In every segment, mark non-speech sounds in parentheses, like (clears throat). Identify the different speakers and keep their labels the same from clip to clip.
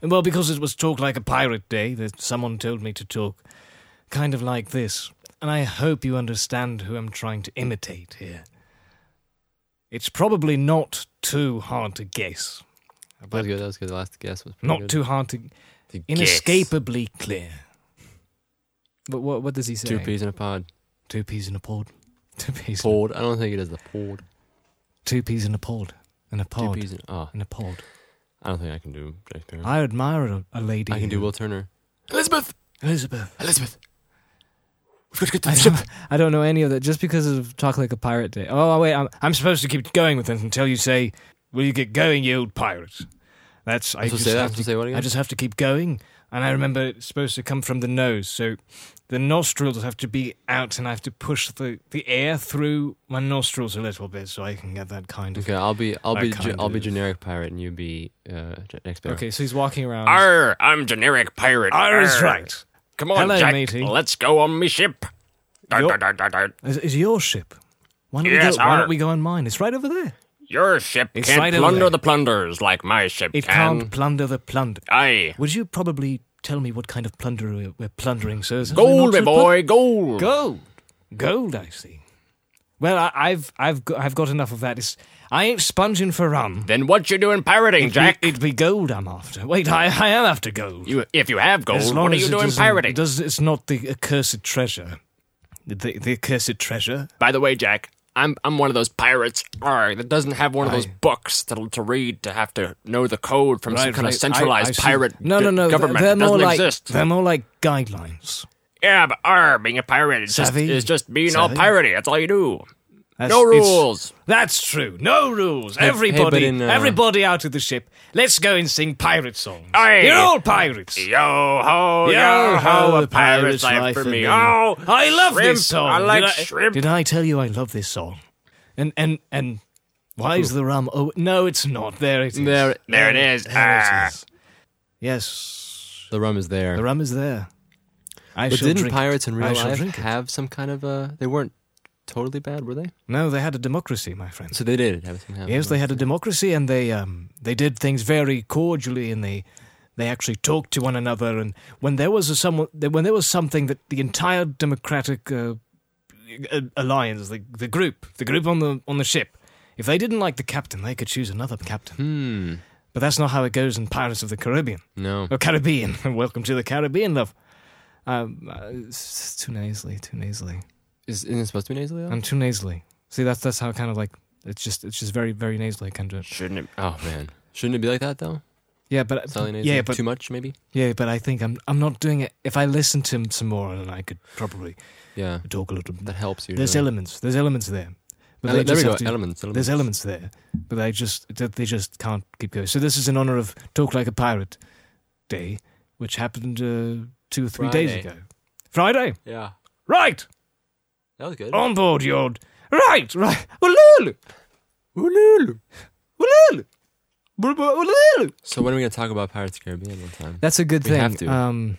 Speaker 1: And well, because it was Talk Like a Pirate Day, that someone told me to talk kind of like this. And I hope you understand who I'm trying to imitate here. It's probably not too hard to guess.
Speaker 2: That was good. That was good. The last guess was pretty
Speaker 1: Not
Speaker 2: good.
Speaker 1: too hard to.
Speaker 3: To
Speaker 1: Inescapably clear.
Speaker 4: But what what does he say?
Speaker 2: Two peas in a pod.
Speaker 1: Two peas in a pod. Two peas.
Speaker 2: Pod. I don't think it is the pod.
Speaker 1: Two peas in a pod. And a pod.
Speaker 2: Two peas in. Oh,
Speaker 1: In a pod.
Speaker 2: I don't think I can do Jack Sparrow. I,
Speaker 1: I admire a, a lady.
Speaker 2: can do
Speaker 1: who-
Speaker 2: Will Turner. Elizabeth.
Speaker 1: Elizabeth.
Speaker 2: Elizabeth. We've got to get to
Speaker 4: I
Speaker 2: the ship.
Speaker 4: don't, I don't know any of that. Just because of Talk Like a Pirate Day.
Speaker 1: Oh wait, I'm, I'm supposed to keep going with this until you say, "Will you get going, you old pirate?" That's I
Speaker 2: I'm supposed
Speaker 1: just
Speaker 2: to say that. I'm
Speaker 1: have to,
Speaker 2: supposed to say what again?
Speaker 1: I just have to keep going, and I remember it's supposed to come from the nose, so the nostrils have to be out, and I have to push the, the air through my nostrils a little bit so I can get that kind of.
Speaker 2: Okay, I'll be I'll
Speaker 1: I
Speaker 2: be
Speaker 1: kind
Speaker 2: ge- I'll be
Speaker 1: of-
Speaker 2: generic pirate and you be uh, Jack Jack Sparrow.
Speaker 4: Okay, so he's walking around.
Speaker 3: Arr, I'm generic pirate.
Speaker 1: I was
Speaker 3: Arr.
Speaker 1: right.
Speaker 3: Come on,
Speaker 1: Hello,
Speaker 3: Jack.
Speaker 1: matey.
Speaker 3: Let's go on me ship. Dar,
Speaker 1: Yup.
Speaker 3: dar, dar, dar, dar.
Speaker 1: Is, is your ship? Why don't,
Speaker 3: Yes,
Speaker 1: we go, why
Speaker 3: our-
Speaker 1: don't we go on mine? It's right over there.
Speaker 3: Your ship
Speaker 1: It's
Speaker 3: can't
Speaker 1: right over
Speaker 3: plunder
Speaker 1: there.
Speaker 3: the plunders like my ship
Speaker 1: It
Speaker 3: can.
Speaker 1: can't plunder the plunder.
Speaker 3: Aye.
Speaker 1: Would you probably tell me what kind of plunder we're, we're plundering, sir? Is it not
Speaker 3: Gold, my
Speaker 1: to put-
Speaker 3: boy, gold.
Speaker 1: Gold, gold. I see. Well, I, I've I've got, I've got enough of that. It's, I ain't sponging for rum.
Speaker 3: Then what you doing pirating, Jack?
Speaker 1: It'd be gold I'm after. Wait, I I am after gold.
Speaker 3: you, if you have
Speaker 1: As
Speaker 3: gold,
Speaker 1: long
Speaker 3: what are
Speaker 1: as
Speaker 3: you
Speaker 1: it
Speaker 3: doing
Speaker 1: isn't-
Speaker 3: pirating?
Speaker 1: Does it's not the accursed treasure. The the accursed treasure.
Speaker 3: By the way, Jack, I'm I'm one of those pirates arr, that doesn't have one of those books to, to read to have to know the code from some
Speaker 1: Right,
Speaker 3: kind
Speaker 1: right.
Speaker 3: of centralized
Speaker 1: I- I see.
Speaker 3: pirate
Speaker 1: No,
Speaker 3: g-
Speaker 1: no, no.
Speaker 3: government.
Speaker 1: They're
Speaker 3: It
Speaker 1: more
Speaker 3: doesn't
Speaker 1: like
Speaker 3: exist.
Speaker 1: they're more like guidelines.
Speaker 3: Yeah, but arr, being a pirate is just,
Speaker 1: Savvy?
Speaker 3: is just being all
Speaker 1: Savvy?
Speaker 3: piratey. That's all you do.
Speaker 1: That's-
Speaker 3: No
Speaker 1: it's-
Speaker 3: rules.
Speaker 1: That's true. No rules.
Speaker 2: hey,
Speaker 1: everybody,
Speaker 2: but in, uh,
Speaker 1: everybody out of the ship. Let's go and sing pirate songs.
Speaker 3: Aye.
Speaker 1: You're all pirates.
Speaker 3: Yo ho,
Speaker 1: Yo
Speaker 3: yo
Speaker 1: ho,
Speaker 3: ho,
Speaker 1: the
Speaker 3: a
Speaker 1: pirate's
Speaker 3: pirate's
Speaker 1: life
Speaker 3: life for
Speaker 1: and
Speaker 3: me.
Speaker 1: me.
Speaker 3: Oh,
Speaker 1: I love
Speaker 3: shrimp.
Speaker 1: this song.
Speaker 3: I like
Speaker 1: did
Speaker 3: shrimp.
Speaker 1: Did I tell you I love this song? And and and why is the rum? Oh no, it's not. There it is.
Speaker 2: There-
Speaker 3: there it is.
Speaker 1: There
Speaker 3: Ah.
Speaker 1: it is. Yes,
Speaker 2: The rum is there.
Speaker 1: the rum is there. I
Speaker 2: but
Speaker 1: shall
Speaker 2: didn't
Speaker 1: drink
Speaker 2: pirates
Speaker 1: it.
Speaker 2: in
Speaker 1: I
Speaker 2: real
Speaker 1: shall
Speaker 2: life
Speaker 1: drink it.
Speaker 2: have some kind of uh They weren't totally bad, were they?
Speaker 1: No, they had a democracy, my friend.
Speaker 2: So they did have some. kind of-
Speaker 1: Yes, they had a democracy, and they um, they did things very cordially, and they they actually talked to one another. And when there was a someone, when there was something that the entire democratic uh, uh, alliance, the the group, the group on the on the ship, if they didn't like the captain, they could choose another captain.
Speaker 2: Hmm.
Speaker 1: But that's not how it goes in Pirates of the Caribbean
Speaker 2: No.
Speaker 1: or Caribbean. (laughs) Welcome to the Caribbean, love. Um, uh, it's too nasally, too nasally.
Speaker 2: Is, isn't it supposed to be nasally? though?
Speaker 1: I'm too nasally. See, that's that's how kind of like it's just it's just very very nasally. I can do it.
Speaker 3: Shouldn't it?
Speaker 2: Oh man, shouldn't it be like that though?
Speaker 1: Yeah, but
Speaker 2: Sally nasally?
Speaker 1: Uh, yeah, but
Speaker 2: too much maybe.
Speaker 1: Yeah, but I think I'm I'm not doing it. If I listen to him some more, then I could probably
Speaker 2: Yeah,
Speaker 1: talk a little.
Speaker 2: that helps you.
Speaker 1: There's
Speaker 2: doesn't it?
Speaker 1: elements. There's elements there, but
Speaker 2: Ele-
Speaker 1: they
Speaker 2: there we
Speaker 1: just
Speaker 2: go.
Speaker 1: have to-
Speaker 2: elements, elements.
Speaker 1: There's elements there, but they just that they just can't keep going. So this is in honor of Talk Like a Pirate Day, which happened uh, two or three days
Speaker 2: Friday.
Speaker 1: ago. Friday,
Speaker 2: Yeah,
Speaker 1: right
Speaker 2: that was
Speaker 3: Oh,
Speaker 2: good.
Speaker 1: on board, you old right, right. Ululu,
Speaker 2: Ululu.
Speaker 1: ululu, ululu.
Speaker 2: So when are we gonna talk about Pirates of the Caribbean one time?
Speaker 4: That's a good
Speaker 2: We
Speaker 4: thing.
Speaker 2: have to.
Speaker 4: Um,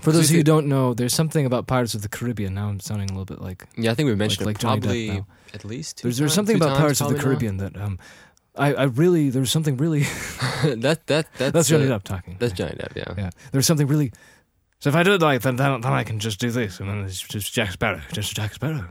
Speaker 4: for
Speaker 2: So
Speaker 4: those
Speaker 2: you
Speaker 4: who
Speaker 2: could-
Speaker 4: don't know, there's something about Pirates of the Caribbean. Now I'm sounding a little bit like
Speaker 2: Yeah, I think we mentioned
Speaker 4: like
Speaker 2: it
Speaker 4: Johnny Depp
Speaker 2: probably
Speaker 4: now.
Speaker 2: at least. Two
Speaker 4: there's, there's
Speaker 2: times-
Speaker 4: something
Speaker 2: two
Speaker 4: about
Speaker 2: times
Speaker 4: Pirates of the
Speaker 2: probably
Speaker 4: Caribbean that um, I I really there's something really (laughs)
Speaker 2: now. (laughs) that that that's
Speaker 4: that's Johnny
Speaker 2: uh,
Speaker 4: Depp talking.
Speaker 2: That's Johnny Depp. Yeah.
Speaker 1: Yeah, there's something really. So if I do it like then, then, then I can just do this, and then it's just Jack Sparrow, just Jack Sparrow.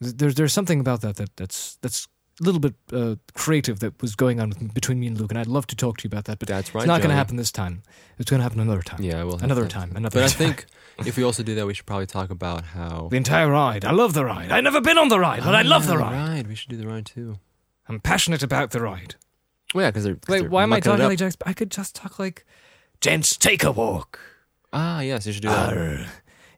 Speaker 4: There's there's something about that that that's that's a little bit uh, creative that was going on with, between me and Luke, and I'd love to talk to you about that, but
Speaker 2: That's right.
Speaker 4: it's not going to
Speaker 2: Johnny.
Speaker 4: happen this time. It's going to happen another time.
Speaker 2: Yeah, well,
Speaker 4: Another time, another
Speaker 2: But
Speaker 4: (laughs)
Speaker 2: I
Speaker 4: time.
Speaker 2: think if we also do that, we should probably talk about how.
Speaker 1: The entire ride. I love the ride. I've never been on the ride, but I
Speaker 2: Oh,
Speaker 1: love
Speaker 2: yeah,
Speaker 1: the ride.
Speaker 2: We should do the ride too.
Speaker 1: I'm passionate about the ride.
Speaker 2: Well, yeah, because they're. 'cause
Speaker 4: Wait,
Speaker 2: they're
Speaker 4: why am I
Speaker 2: mucking it
Speaker 4: talking
Speaker 2: up.
Speaker 4: like Jack? Sp- I could just talk like
Speaker 1: Gents, take a walk.
Speaker 2: Ah, yes, you should do that.
Speaker 1: Arr.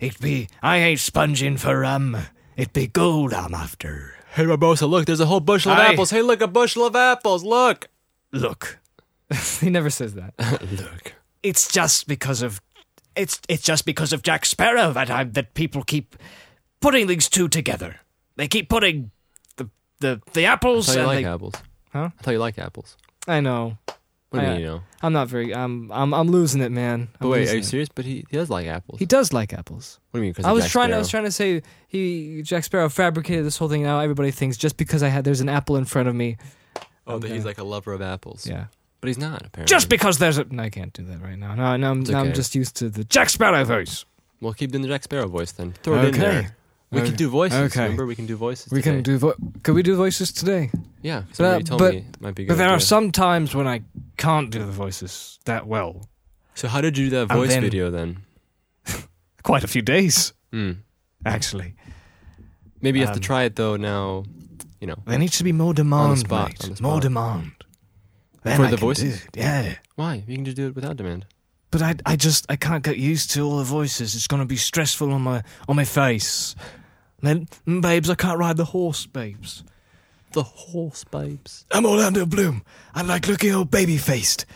Speaker 1: It be I ain't sponging for rum. It be gold I'm after.
Speaker 2: Hey, Barbosa, look, there's a whole bushel of
Speaker 1: Aye.
Speaker 2: apples. Hey, look, a bushel of apples. Look.
Speaker 1: Look, (laughs)
Speaker 4: he never says that.
Speaker 2: (laughs) Look.
Speaker 1: it's just because of it's it's just because of Jack Sparrow that I that people keep putting these two together. They keep putting the the the
Speaker 2: I
Speaker 1: apples
Speaker 2: thought you
Speaker 1: and
Speaker 2: like
Speaker 1: they-
Speaker 2: apples.
Speaker 4: Huh?
Speaker 2: I thought you like apples.
Speaker 4: I know.
Speaker 2: What do you
Speaker 4: I- uh,
Speaker 2: mean, you know?
Speaker 4: I'm not very. I'm I'm I'm losing it, man.
Speaker 2: But
Speaker 4: I'm
Speaker 2: wait,
Speaker 4: losing
Speaker 2: are you
Speaker 4: it.
Speaker 2: serious? But he, he does like apples.
Speaker 4: He does like apples.
Speaker 2: what do you mean? Because
Speaker 4: I was
Speaker 2: Jack
Speaker 4: trying.
Speaker 2: Sparrow?
Speaker 4: I was trying to say he Jack Sparrow fabricated this whole thing. Now everybody thinks just because I had there's an apple in front of me.
Speaker 2: Oh, that
Speaker 4: Okay.
Speaker 2: he's like a lover of apples.
Speaker 4: Yeah.
Speaker 2: But he's not apparently.
Speaker 1: Just because there's a. No, I can't do that right now. No, no, I'm,
Speaker 2: It's
Speaker 1: now I'm
Speaker 2: okay.
Speaker 1: just used to the Jack Sparrow voice.
Speaker 2: We'll keep doing the Jack Sparrow voice then. Throw it in
Speaker 1: Okay.
Speaker 2: there. We
Speaker 1: Okay.
Speaker 2: can do voices.
Speaker 1: Okay.
Speaker 2: Remember, we can do voices.
Speaker 1: We can
Speaker 2: today.
Speaker 1: do. Vo- could we do voices today?
Speaker 2: Yeah, somebody
Speaker 1: But-
Speaker 2: told
Speaker 1: but-
Speaker 2: me it might be a good.
Speaker 1: But there are
Speaker 2: idea.
Speaker 1: some times when I can't do the voices that well.
Speaker 2: So how did you do that
Speaker 1: And
Speaker 2: voice
Speaker 1: then-
Speaker 2: video then?
Speaker 1: Quite a few days,
Speaker 2: Hmm.
Speaker 1: actually.
Speaker 2: Maybe you have
Speaker 1: Um,
Speaker 2: to try it though now. You know
Speaker 1: There needs to be more demand,
Speaker 2: On the spot,
Speaker 1: mate.
Speaker 2: on the
Speaker 1: More
Speaker 2: spot.
Speaker 1: demand. Then
Speaker 2: For
Speaker 1: I
Speaker 2: the
Speaker 1: can do
Speaker 2: voices?
Speaker 1: it, Yeah.
Speaker 2: why? You can just do it without demand.
Speaker 1: But I, I just, I can't get used to all the voices. It's going to be stressful on my, on my face. Then, "Mm, babes, I can't ride the horse, babes.
Speaker 2: The horse babes.
Speaker 1: I'm Orlando Bloom. I like looking all baby faced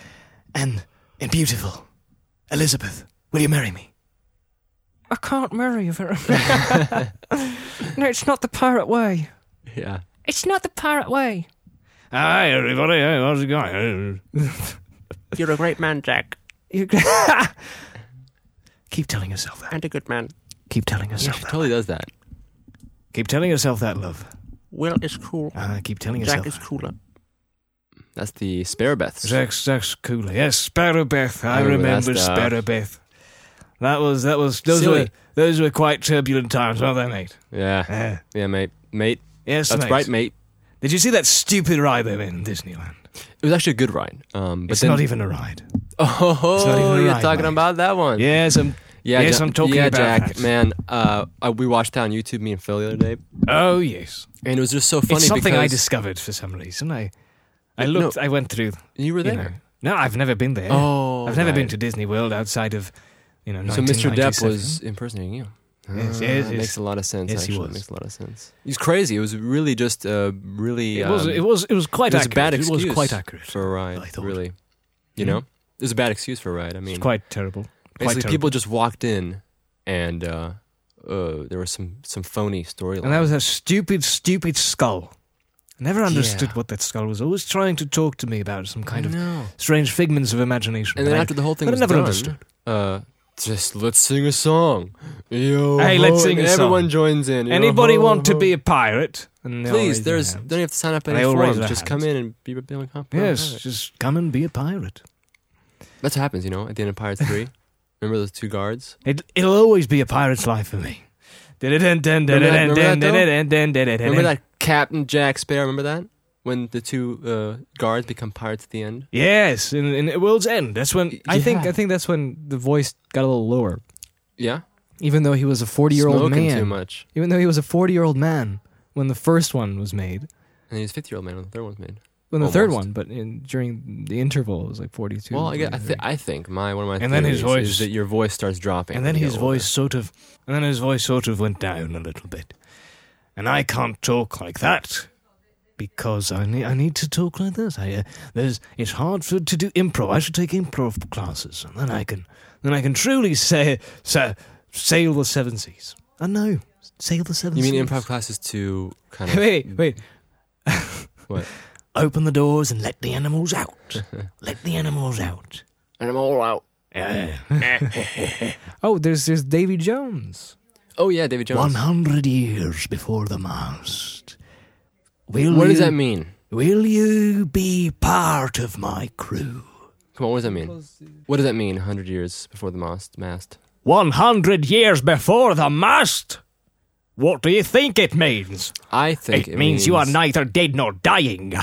Speaker 1: and, and beautiful. Elizabeth, will you marry me? I can't marry you very (laughs) No, it's not the pirate way.
Speaker 2: Yeah.
Speaker 5: It's not the pirate way.
Speaker 1: Hi, everybody. Hey, how's it going?
Speaker 3: You're a great man, Jack,
Speaker 1: You Keep telling yourself that.
Speaker 3: and a good man.
Speaker 1: Keep telling
Speaker 2: Yeah,
Speaker 1: yourself
Speaker 2: she
Speaker 1: that.
Speaker 2: totally does that.
Speaker 1: Keep telling yourself that, love.
Speaker 3: Will is cool.
Speaker 1: Uh, keep telling yourself.
Speaker 3: Jack is cooler.
Speaker 2: That's the Sparabeths.
Speaker 1: Jack, Jack's cooler. Yes, Sparrowbeth. I,
Speaker 2: I remember that
Speaker 1: remember
Speaker 2: stuff.
Speaker 1: Sparrowbeth. That was that was those
Speaker 2: Silly.
Speaker 1: were those were quite turbulent times, weren't they, mate?
Speaker 2: Yeah.
Speaker 1: Yeah.
Speaker 2: Yeah, mate. Mate.
Speaker 1: Yes,
Speaker 2: That's
Speaker 1: mate.
Speaker 2: right, mate.
Speaker 1: Did you see that stupid ride they went in Disneyland?
Speaker 2: It was actually a good ride. Um, but
Speaker 1: it's
Speaker 2: then,
Speaker 1: not even a ride.
Speaker 2: Oh,
Speaker 1: not even a
Speaker 2: you're
Speaker 1: ride,
Speaker 2: talking
Speaker 1: mate.
Speaker 2: about that one.
Speaker 1: Yes, um, I'm.
Speaker 2: Yeah,
Speaker 1: Yes,
Speaker 2: Ja-
Speaker 1: I'm talking
Speaker 2: yeah,
Speaker 1: about
Speaker 2: Jack,
Speaker 1: that.
Speaker 2: man. Uh, I, we watched that on YouTube, me and Phil, the other day,
Speaker 1: Oh yes,
Speaker 2: and it was just so funny
Speaker 1: it's something
Speaker 2: because
Speaker 1: I discovered for some reason. I, I
Speaker 2: No.
Speaker 1: looked. I went through.
Speaker 2: you were
Speaker 1: You
Speaker 2: there.
Speaker 1: know, no, I've never been there.
Speaker 2: Oh,
Speaker 1: I've never
Speaker 2: right.
Speaker 1: been to Disney World outside of, you know.
Speaker 2: So Mr. Depp
Speaker 1: 1997.
Speaker 2: was impersonating you.
Speaker 1: Yes,
Speaker 2: Ah,
Speaker 1: yes,
Speaker 2: that
Speaker 1: yes.
Speaker 2: makes a lot of sense.
Speaker 1: Yes, he
Speaker 2: actually.
Speaker 1: was.
Speaker 2: makes a lot of sense. He's crazy. It was really just uh, really.
Speaker 1: It was.
Speaker 2: um,
Speaker 1: It was. It was quite
Speaker 2: it was a
Speaker 1: accurate.
Speaker 2: bad
Speaker 1: It
Speaker 2: excuse
Speaker 1: was quite accurate.
Speaker 2: for a ride.
Speaker 1: I thought. Mm-hmm.
Speaker 2: Really, you know, it was a bad excuse for a ride. I mean,
Speaker 1: it's quite terrible. Quite
Speaker 2: basically,
Speaker 1: terrible.
Speaker 2: people just walked in, and uh, uh, there was some some phony storyline.
Speaker 1: And that was that stupid, stupid skull. I never understood
Speaker 2: Yeah.
Speaker 1: what that skull was. Always trying to talk to me about some kind of
Speaker 2: no.
Speaker 1: strange figments of imagination.
Speaker 2: And then
Speaker 1: I-
Speaker 2: after the whole thing
Speaker 1: but I
Speaker 2: was
Speaker 1: never
Speaker 2: done,
Speaker 1: understood.
Speaker 2: uh, just let's sing a song. Yo,
Speaker 1: Hey,
Speaker 2: ho,
Speaker 1: let's sing
Speaker 2: and
Speaker 1: a song.
Speaker 2: Everyone joins in. Yo,
Speaker 1: anybody
Speaker 2: ho,
Speaker 1: want to
Speaker 2: ho.
Speaker 1: be a pirate? And they all raise
Speaker 2: Please,
Speaker 1: their
Speaker 2: there's
Speaker 1: hand.
Speaker 2: don't you have to sign up
Speaker 1: And
Speaker 2: any
Speaker 1: they all raise
Speaker 2: forms.
Speaker 1: their
Speaker 2: Just
Speaker 1: hands.
Speaker 2: come in and be "Oh, become a comp.
Speaker 1: yes, just come and be a pirate.
Speaker 2: That's what happens, you know, at the end of Pirates 3. (laughs) Remember those two guards?
Speaker 1: It, it'll always be a pirate's life for me.
Speaker 2: remember that, though? Remember
Speaker 1: Remember
Speaker 2: that Captain Jack Sparrow? Remember that? When the two uh, guards become pirates at the end?
Speaker 1: Yes, in, in World's End. That's when
Speaker 2: I
Speaker 1: I
Speaker 2: think-
Speaker 1: think
Speaker 2: Yeah.
Speaker 1: I think that's when
Speaker 5: The voice got a little lower.
Speaker 2: Yeah?
Speaker 5: Even though he was a 40 year old
Speaker 2: Smoking too
Speaker 5: man.
Speaker 2: much.
Speaker 5: Even though he was a 40 year old man when the first one was made.
Speaker 2: And he was 50 year old man when the third one's made.
Speaker 5: When the third
Speaker 2: Almost.
Speaker 5: one, but in, during the interval, it was like 42.
Speaker 2: well, I, guess, I,
Speaker 5: 43.
Speaker 2: th- I think my one of my
Speaker 1: And then his voice-
Speaker 2: theories is that your voice starts dropping.
Speaker 1: and
Speaker 2: when
Speaker 1: then
Speaker 2: you
Speaker 1: his
Speaker 2: get older.
Speaker 1: voice sort of and then his voice sort of went down a little bit and i can't talk like that because i need i need to talk like this i uh, there's it's hard for to do improv i should take improv classes and then i can then i can truly say sa sail the seven seas i know sail the seven
Speaker 2: You mean
Speaker 1: seas (laughs)
Speaker 2: improv classes to kind of.
Speaker 5: wait, wait.
Speaker 1: open the doors and let the animals out let the animals out
Speaker 3: And I'm all
Speaker 1: (laughs)
Speaker 3: out.
Speaker 1: yeah.
Speaker 5: Oh, there's there's Davy Jones.
Speaker 2: Oh, yeah, David Jones.
Speaker 1: 100 years before the mast Will
Speaker 2: What does
Speaker 1: you-
Speaker 2: that mean?
Speaker 1: Will you be part of my crew?
Speaker 2: Come on, what does that mean? What does that mean, 100 years before the mast? mast?
Speaker 1: 100 years before the mast? What do you think it means?
Speaker 2: I think it,
Speaker 1: it means you are neither dead nor dying.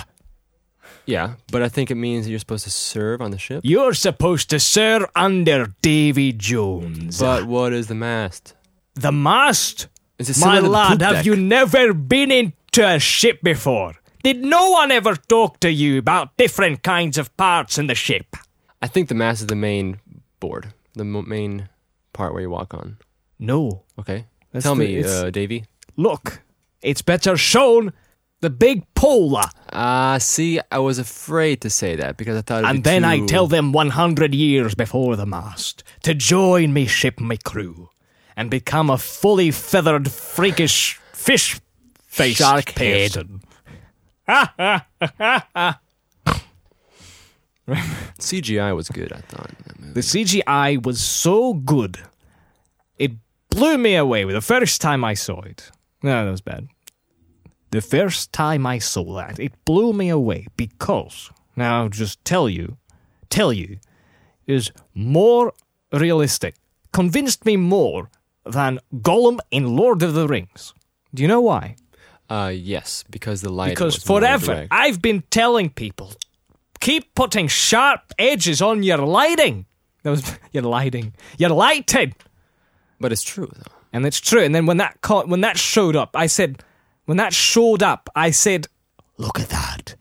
Speaker 2: Yeah, but I think it means that you're supposed to serve on the ship.
Speaker 1: You're supposed to serve under Davy Jones.
Speaker 2: But what is the mast?
Speaker 1: the mast?
Speaker 2: Is it
Speaker 1: My
Speaker 2: similar to the
Speaker 1: lad,
Speaker 2: poop
Speaker 1: have
Speaker 2: deck?
Speaker 1: you never been into a ship before? Did no one ever talk to you about different kinds of parts in the ship?
Speaker 2: I think the mast is the main board, the mo main part where you walk on.
Speaker 1: No.
Speaker 2: Okay,
Speaker 5: That's
Speaker 2: tell
Speaker 5: the-
Speaker 2: me,
Speaker 5: it's-
Speaker 2: uh, Davy.
Speaker 1: Look, it's better shown the big polar.
Speaker 2: Ah, see, I was afraid to say that because I thought. It'd
Speaker 1: And
Speaker 2: be
Speaker 1: then I
Speaker 2: too-
Speaker 1: tell them 100 years before the mast to join me, ship my crew, and become a fully feathered, freakish fish face
Speaker 2: Shark
Speaker 1: person.
Speaker 2: CGI was good. I thought. in that movie.
Speaker 1: The CGI was so good, it blew me away the first time I saw it. No, that was bad. The first time I saw that, it blew me away because now just tell you, tell you, is more realistic, convinced me more than Gollum in Lord of the Rings. Do you know why?
Speaker 2: Uh, yes, because the light.
Speaker 1: Because
Speaker 2: was more
Speaker 1: forever
Speaker 2: direct.
Speaker 1: I've been telling people, keep putting sharp edges on your lighting. That was (laughs) your lighting, your lighting,
Speaker 2: but it's true though.
Speaker 1: and it's true. And then when that caught, when that showed up, I said, when that showed up, I said, look at that.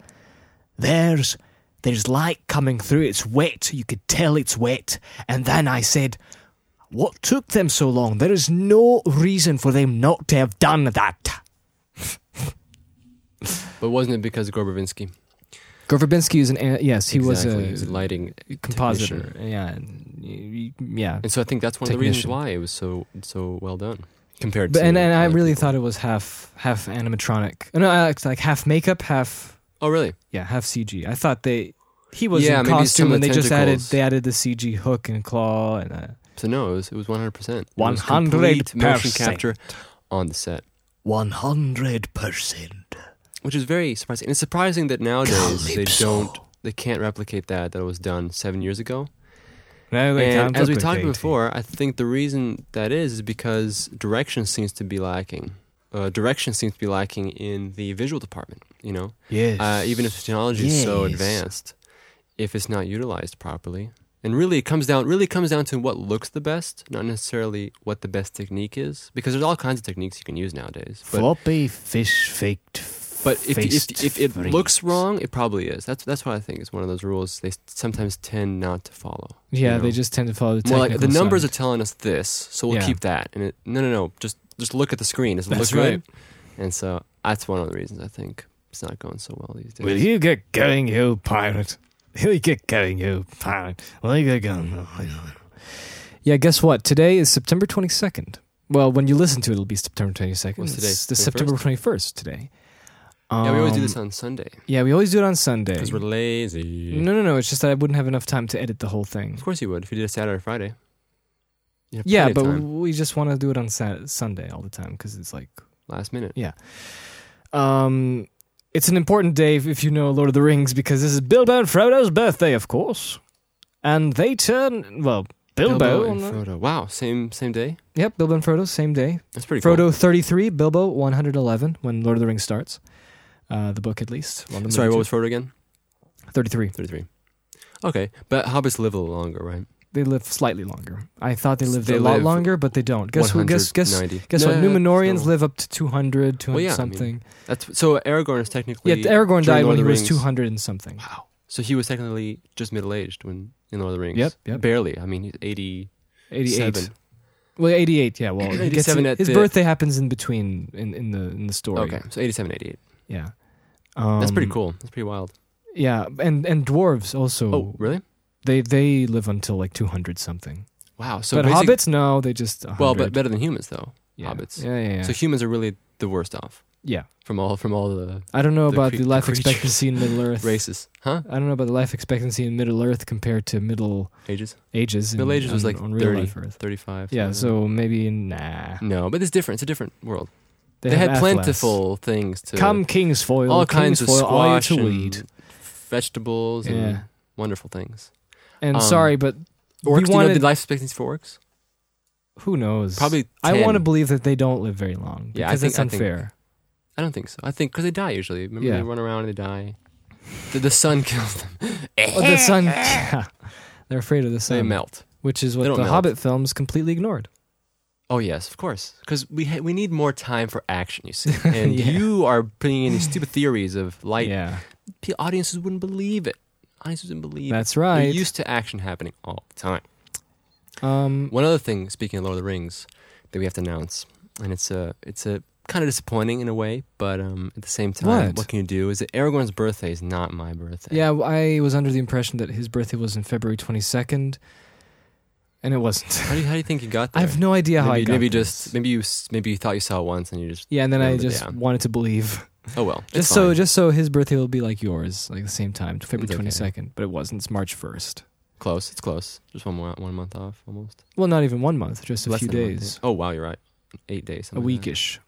Speaker 1: There's there's light coming through. It's wet. You could tell it's wet. And then I said, what took them so long? There is no reason for them not to have done that.
Speaker 2: But wasn't it because of Gorbavinsky?
Speaker 1: Gorbabinsky is an uh, yes. He was
Speaker 2: Exactly,
Speaker 1: a
Speaker 2: he was a lighting
Speaker 1: compositor.
Speaker 2: technician.
Speaker 1: Yeah, and y- y- yeah.
Speaker 2: and so I think that's one of the reasons
Speaker 1: Technician.
Speaker 2: why it was so so well done compared
Speaker 1: But
Speaker 2: to.
Speaker 1: and, and I
Speaker 2: other
Speaker 1: really
Speaker 2: people.
Speaker 1: thought it was half half animatronic. No, uh, it's like half makeup, half
Speaker 2: Oh, really?
Speaker 1: yeah, half CG. I thought they he was
Speaker 2: Yeah,
Speaker 1: in
Speaker 2: maybe some of
Speaker 1: costume
Speaker 2: the
Speaker 1: and they just added
Speaker 2: tentacles.
Speaker 1: they added the CG hook and claw and uh,
Speaker 2: So no, it was it was one hundred percent.
Speaker 1: 100%.
Speaker 2: motion capture on the set,
Speaker 6: One hundred percent.
Speaker 2: which is very surprising. And it's surprising that nowadays they don't, they can't replicate that that was done seven years ago.
Speaker 1: no, they
Speaker 2: and
Speaker 1: can't
Speaker 2: as we talked
Speaker 1: replicate it.
Speaker 2: before, I think the reason that is is because direction seems to be lacking. Uh, direction seems to be lacking in the visual department. You know,
Speaker 6: Yes.
Speaker 2: uh, even if the technology is so
Speaker 6: Yes.
Speaker 2: advanced, if it's not utilized properly, and really it comes down really comes down to what looks the best, not necessarily what the best technique is, because there's all kinds of techniques you can use nowadays. But
Speaker 6: floppy fish faked.
Speaker 2: but if, if,
Speaker 6: faced
Speaker 2: if it
Speaker 6: freaks.
Speaker 2: looks wrong, it probably is. That's that's what I think is one of those rules they s- sometimes tend not to follow.
Speaker 1: yeah,
Speaker 2: you know?
Speaker 1: they just tend to follow the
Speaker 2: More like the
Speaker 1: technical
Speaker 2: numbers
Speaker 1: side.
Speaker 2: are telling us this, so we'll
Speaker 1: Yeah.
Speaker 2: keep that. And it, no, no, no, just just look at the screen. Does it
Speaker 1: That's
Speaker 2: look good? And so that's one of the reasons I think it's not going so well these days.
Speaker 6: Will you get going, you pirate? Will you get going, you pirate? Will you get going?
Speaker 1: Yeah, guess what? Today is September 22nd. Well, when you listen to it, it'll be September 22nd.
Speaker 2: What's today?
Speaker 1: It's the
Speaker 2: 21st?
Speaker 1: September 21st today.
Speaker 2: yeah, we always
Speaker 1: Um,
Speaker 2: do this on Sunday
Speaker 1: Yeah, we always do it on Sunday.
Speaker 2: because we're lazy.
Speaker 1: No, no, no. It's just that I wouldn't have enough time to edit the whole thing.
Speaker 2: Of course you would if you did a Saturday or Friday. You'd have
Speaker 1: Yeah,
Speaker 2: plenty of
Speaker 1: but
Speaker 2: time.
Speaker 1: we just want to do it on Sat- Sunday all the time because it's like,
Speaker 2: last minute.
Speaker 1: um, it's an important day if- if you know Lord of the Rings because this is Bilbo and Frodo's birthday, of course, and they turn well. Bilbo,
Speaker 2: and Frodo. Wow, same same day.
Speaker 1: yep, Bilbo and Frodo, same day.
Speaker 2: That's pretty
Speaker 1: Frodo
Speaker 2: cool.
Speaker 1: 33, Bilbo 111 when Lord of the Rings starts, uh, the book at least. Well, the
Speaker 2: Sorry,
Speaker 1: movie
Speaker 2: what
Speaker 1: too.
Speaker 2: was Frodo again?
Speaker 1: 33?
Speaker 2: Thirty-three. Okay, but hobbits live a little longer, right?
Speaker 1: They live slightly longer. I thought they lived
Speaker 2: They
Speaker 1: a lot
Speaker 2: live
Speaker 1: longer, but they don't. Guess who? Guess guess
Speaker 2: 190.
Speaker 1: guess
Speaker 2: No,
Speaker 1: what?
Speaker 2: no, no,
Speaker 1: Numenorians
Speaker 2: no.
Speaker 1: live up to 200, 200
Speaker 2: Well, yeah, I mean,
Speaker 1: something.
Speaker 2: That's so Aragorn is technically
Speaker 1: Yeah, Aragorn
Speaker 2: during
Speaker 1: died
Speaker 2: Lord
Speaker 1: when
Speaker 2: of
Speaker 1: he
Speaker 2: the
Speaker 1: was
Speaker 2: Rings-
Speaker 1: 200 and something.
Speaker 2: Wow. So he was technically just middle aged when in Lord of the Rings.
Speaker 1: Yep, yep.
Speaker 2: Barely. I mean, he's 87.
Speaker 1: 88. Well, 88, yeah.
Speaker 2: (clears throat)
Speaker 1: Well, he gets
Speaker 2: 87
Speaker 1: it-
Speaker 2: at
Speaker 1: his
Speaker 2: the-
Speaker 1: birthday happens in between in, in the in the story.
Speaker 2: Okay, so 87, 88.
Speaker 1: Yeah. Um,
Speaker 2: That's pretty cool. That's pretty wild.
Speaker 1: Yeah, and and dwarves also.
Speaker 2: Oh, really?
Speaker 1: They they live until like 200 something.
Speaker 2: Wow. So
Speaker 1: but
Speaker 2: basic-
Speaker 1: hobbits no, they just 100.
Speaker 2: Well, but better than humans though.
Speaker 1: yeah.
Speaker 2: hobbits.
Speaker 1: Yeah, yeah, yeah.
Speaker 2: So humans are really the worst off
Speaker 1: yeah.
Speaker 2: from all from all the
Speaker 1: I don't know
Speaker 2: the
Speaker 1: about
Speaker 2: cre-
Speaker 1: the
Speaker 2: the
Speaker 1: life
Speaker 2: creatures.
Speaker 1: expectancy in Middle (laughs) Earth.
Speaker 2: races, huh?
Speaker 1: I don't know about the life expectancy in Middle Earth compared to Middle
Speaker 2: Ages,
Speaker 1: Ages. in-
Speaker 2: Middle Ages was
Speaker 1: on-
Speaker 2: like
Speaker 1: on real
Speaker 2: 30.
Speaker 1: life Earth.
Speaker 2: 35.
Speaker 1: Yeah,
Speaker 2: something
Speaker 1: so
Speaker 2: like
Speaker 1: maybe nah.
Speaker 2: that. no, but it's different. It's a different world. They,
Speaker 1: have
Speaker 2: had
Speaker 1: Athlas.
Speaker 2: plentiful things to
Speaker 1: Come King's Foil,
Speaker 2: all
Speaker 1: King's
Speaker 2: kinds of
Speaker 1: Foil, all you
Speaker 2: squash
Speaker 1: to weed.
Speaker 2: and vegetables and
Speaker 1: Yeah.
Speaker 2: wonderful things.
Speaker 1: And
Speaker 2: um,
Speaker 1: sorry, but
Speaker 2: Orcs, do you know
Speaker 1: wanted-
Speaker 2: the life expectancy for orcs?
Speaker 1: who knows?
Speaker 2: Probably
Speaker 1: I want to
Speaker 2: 10.
Speaker 1: believe that they don't live very long
Speaker 2: Yeah, I
Speaker 1: because
Speaker 2: think-
Speaker 1: it's
Speaker 2: I think-
Speaker 1: unfair.
Speaker 2: I don't think so. I think because they die usually. Remember
Speaker 1: Yeah.
Speaker 2: they run around and they die. The, the sun (laughs) kills them.
Speaker 1: oh, the sun. yeah. They're afraid of the
Speaker 2: They
Speaker 1: sun,
Speaker 2: melt.
Speaker 1: which is what
Speaker 2: they
Speaker 1: the
Speaker 2: don't melt.
Speaker 1: Hobbit films completely ignored.
Speaker 2: Oh yes, of course. Because we ha- we need more time for action.
Speaker 1: (laughs)
Speaker 2: You see, and
Speaker 1: Yeah.
Speaker 2: you are bringing in these stupid theories of light.
Speaker 1: yeah,
Speaker 2: P- Audiences wouldn't believe it. Audiences wouldn't believe
Speaker 1: that's
Speaker 2: it.
Speaker 1: right.
Speaker 2: They're used to action happening all the time.
Speaker 1: um,
Speaker 2: One other thing, speaking of Lord of the Rings, that we have to announce, and it's a it's a kind of disappointing in a way, but um, at the same time,
Speaker 1: What?
Speaker 2: what can you do? Is that Aragorn's birthday is not my birthday.
Speaker 1: yeah, I was under the impression that his birthday was on February twenty second, and it wasn't. (laughs)
Speaker 2: How do you, how do you think you got
Speaker 1: I
Speaker 2: there?
Speaker 1: have no idea how
Speaker 2: maybe,
Speaker 1: I got
Speaker 2: maybe
Speaker 1: this.
Speaker 2: just maybe you s- maybe you thought you saw it once and you just
Speaker 1: yeah, and then I
Speaker 2: remembered,
Speaker 1: just
Speaker 2: yeah.
Speaker 1: wanted to believe.
Speaker 2: oh well it's
Speaker 1: Just so,
Speaker 2: fine.
Speaker 1: just so his birthday will be like yours, like the same time, February
Speaker 2: okay.
Speaker 1: twenty second. But it wasn't. It's March first.
Speaker 2: close it's close just one more one month off almost
Speaker 1: Well, not even one month, just a
Speaker 2: Less
Speaker 1: few
Speaker 2: than a month,
Speaker 1: days,
Speaker 2: yeah. oh wow you're right eight days
Speaker 1: a
Speaker 2: something like that.
Speaker 1: weekish.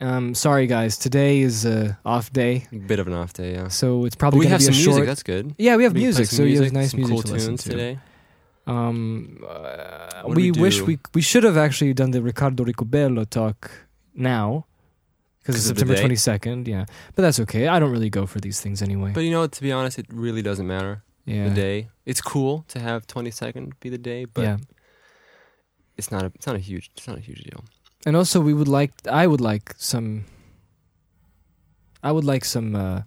Speaker 1: Um, sorry guys, today is a off day,
Speaker 2: Bit of an off day, yeah.
Speaker 1: so it's
Speaker 2: But
Speaker 1: probably
Speaker 2: we
Speaker 1: gonna
Speaker 2: have
Speaker 1: be
Speaker 2: some
Speaker 1: a
Speaker 2: music.
Speaker 1: short.
Speaker 2: That's good.
Speaker 1: yeah, we have
Speaker 2: We can play
Speaker 1: music,
Speaker 2: some
Speaker 1: so you have nice
Speaker 2: some
Speaker 1: music
Speaker 2: cool
Speaker 1: to
Speaker 2: tunes
Speaker 1: listen to.
Speaker 2: today.
Speaker 1: Um, uh,
Speaker 2: What do
Speaker 1: we
Speaker 2: we
Speaker 1: wish
Speaker 2: do?
Speaker 1: we we should have actually done the Riccardo Ricobello talk now because it's
Speaker 2: 'Cause of the
Speaker 1: September
Speaker 2: day?
Speaker 1: twenty second. Yeah, but that's okay. I don't really go for these things anyway.
Speaker 2: But you know, to be honest, it really doesn't matter.
Speaker 1: yeah,
Speaker 2: The day. It's cool to have 22nd be the day, but
Speaker 1: yeah,
Speaker 2: it's not a it's not a huge it's not a huge deal.
Speaker 1: and also we would like. I would like some. I would like some. Uh,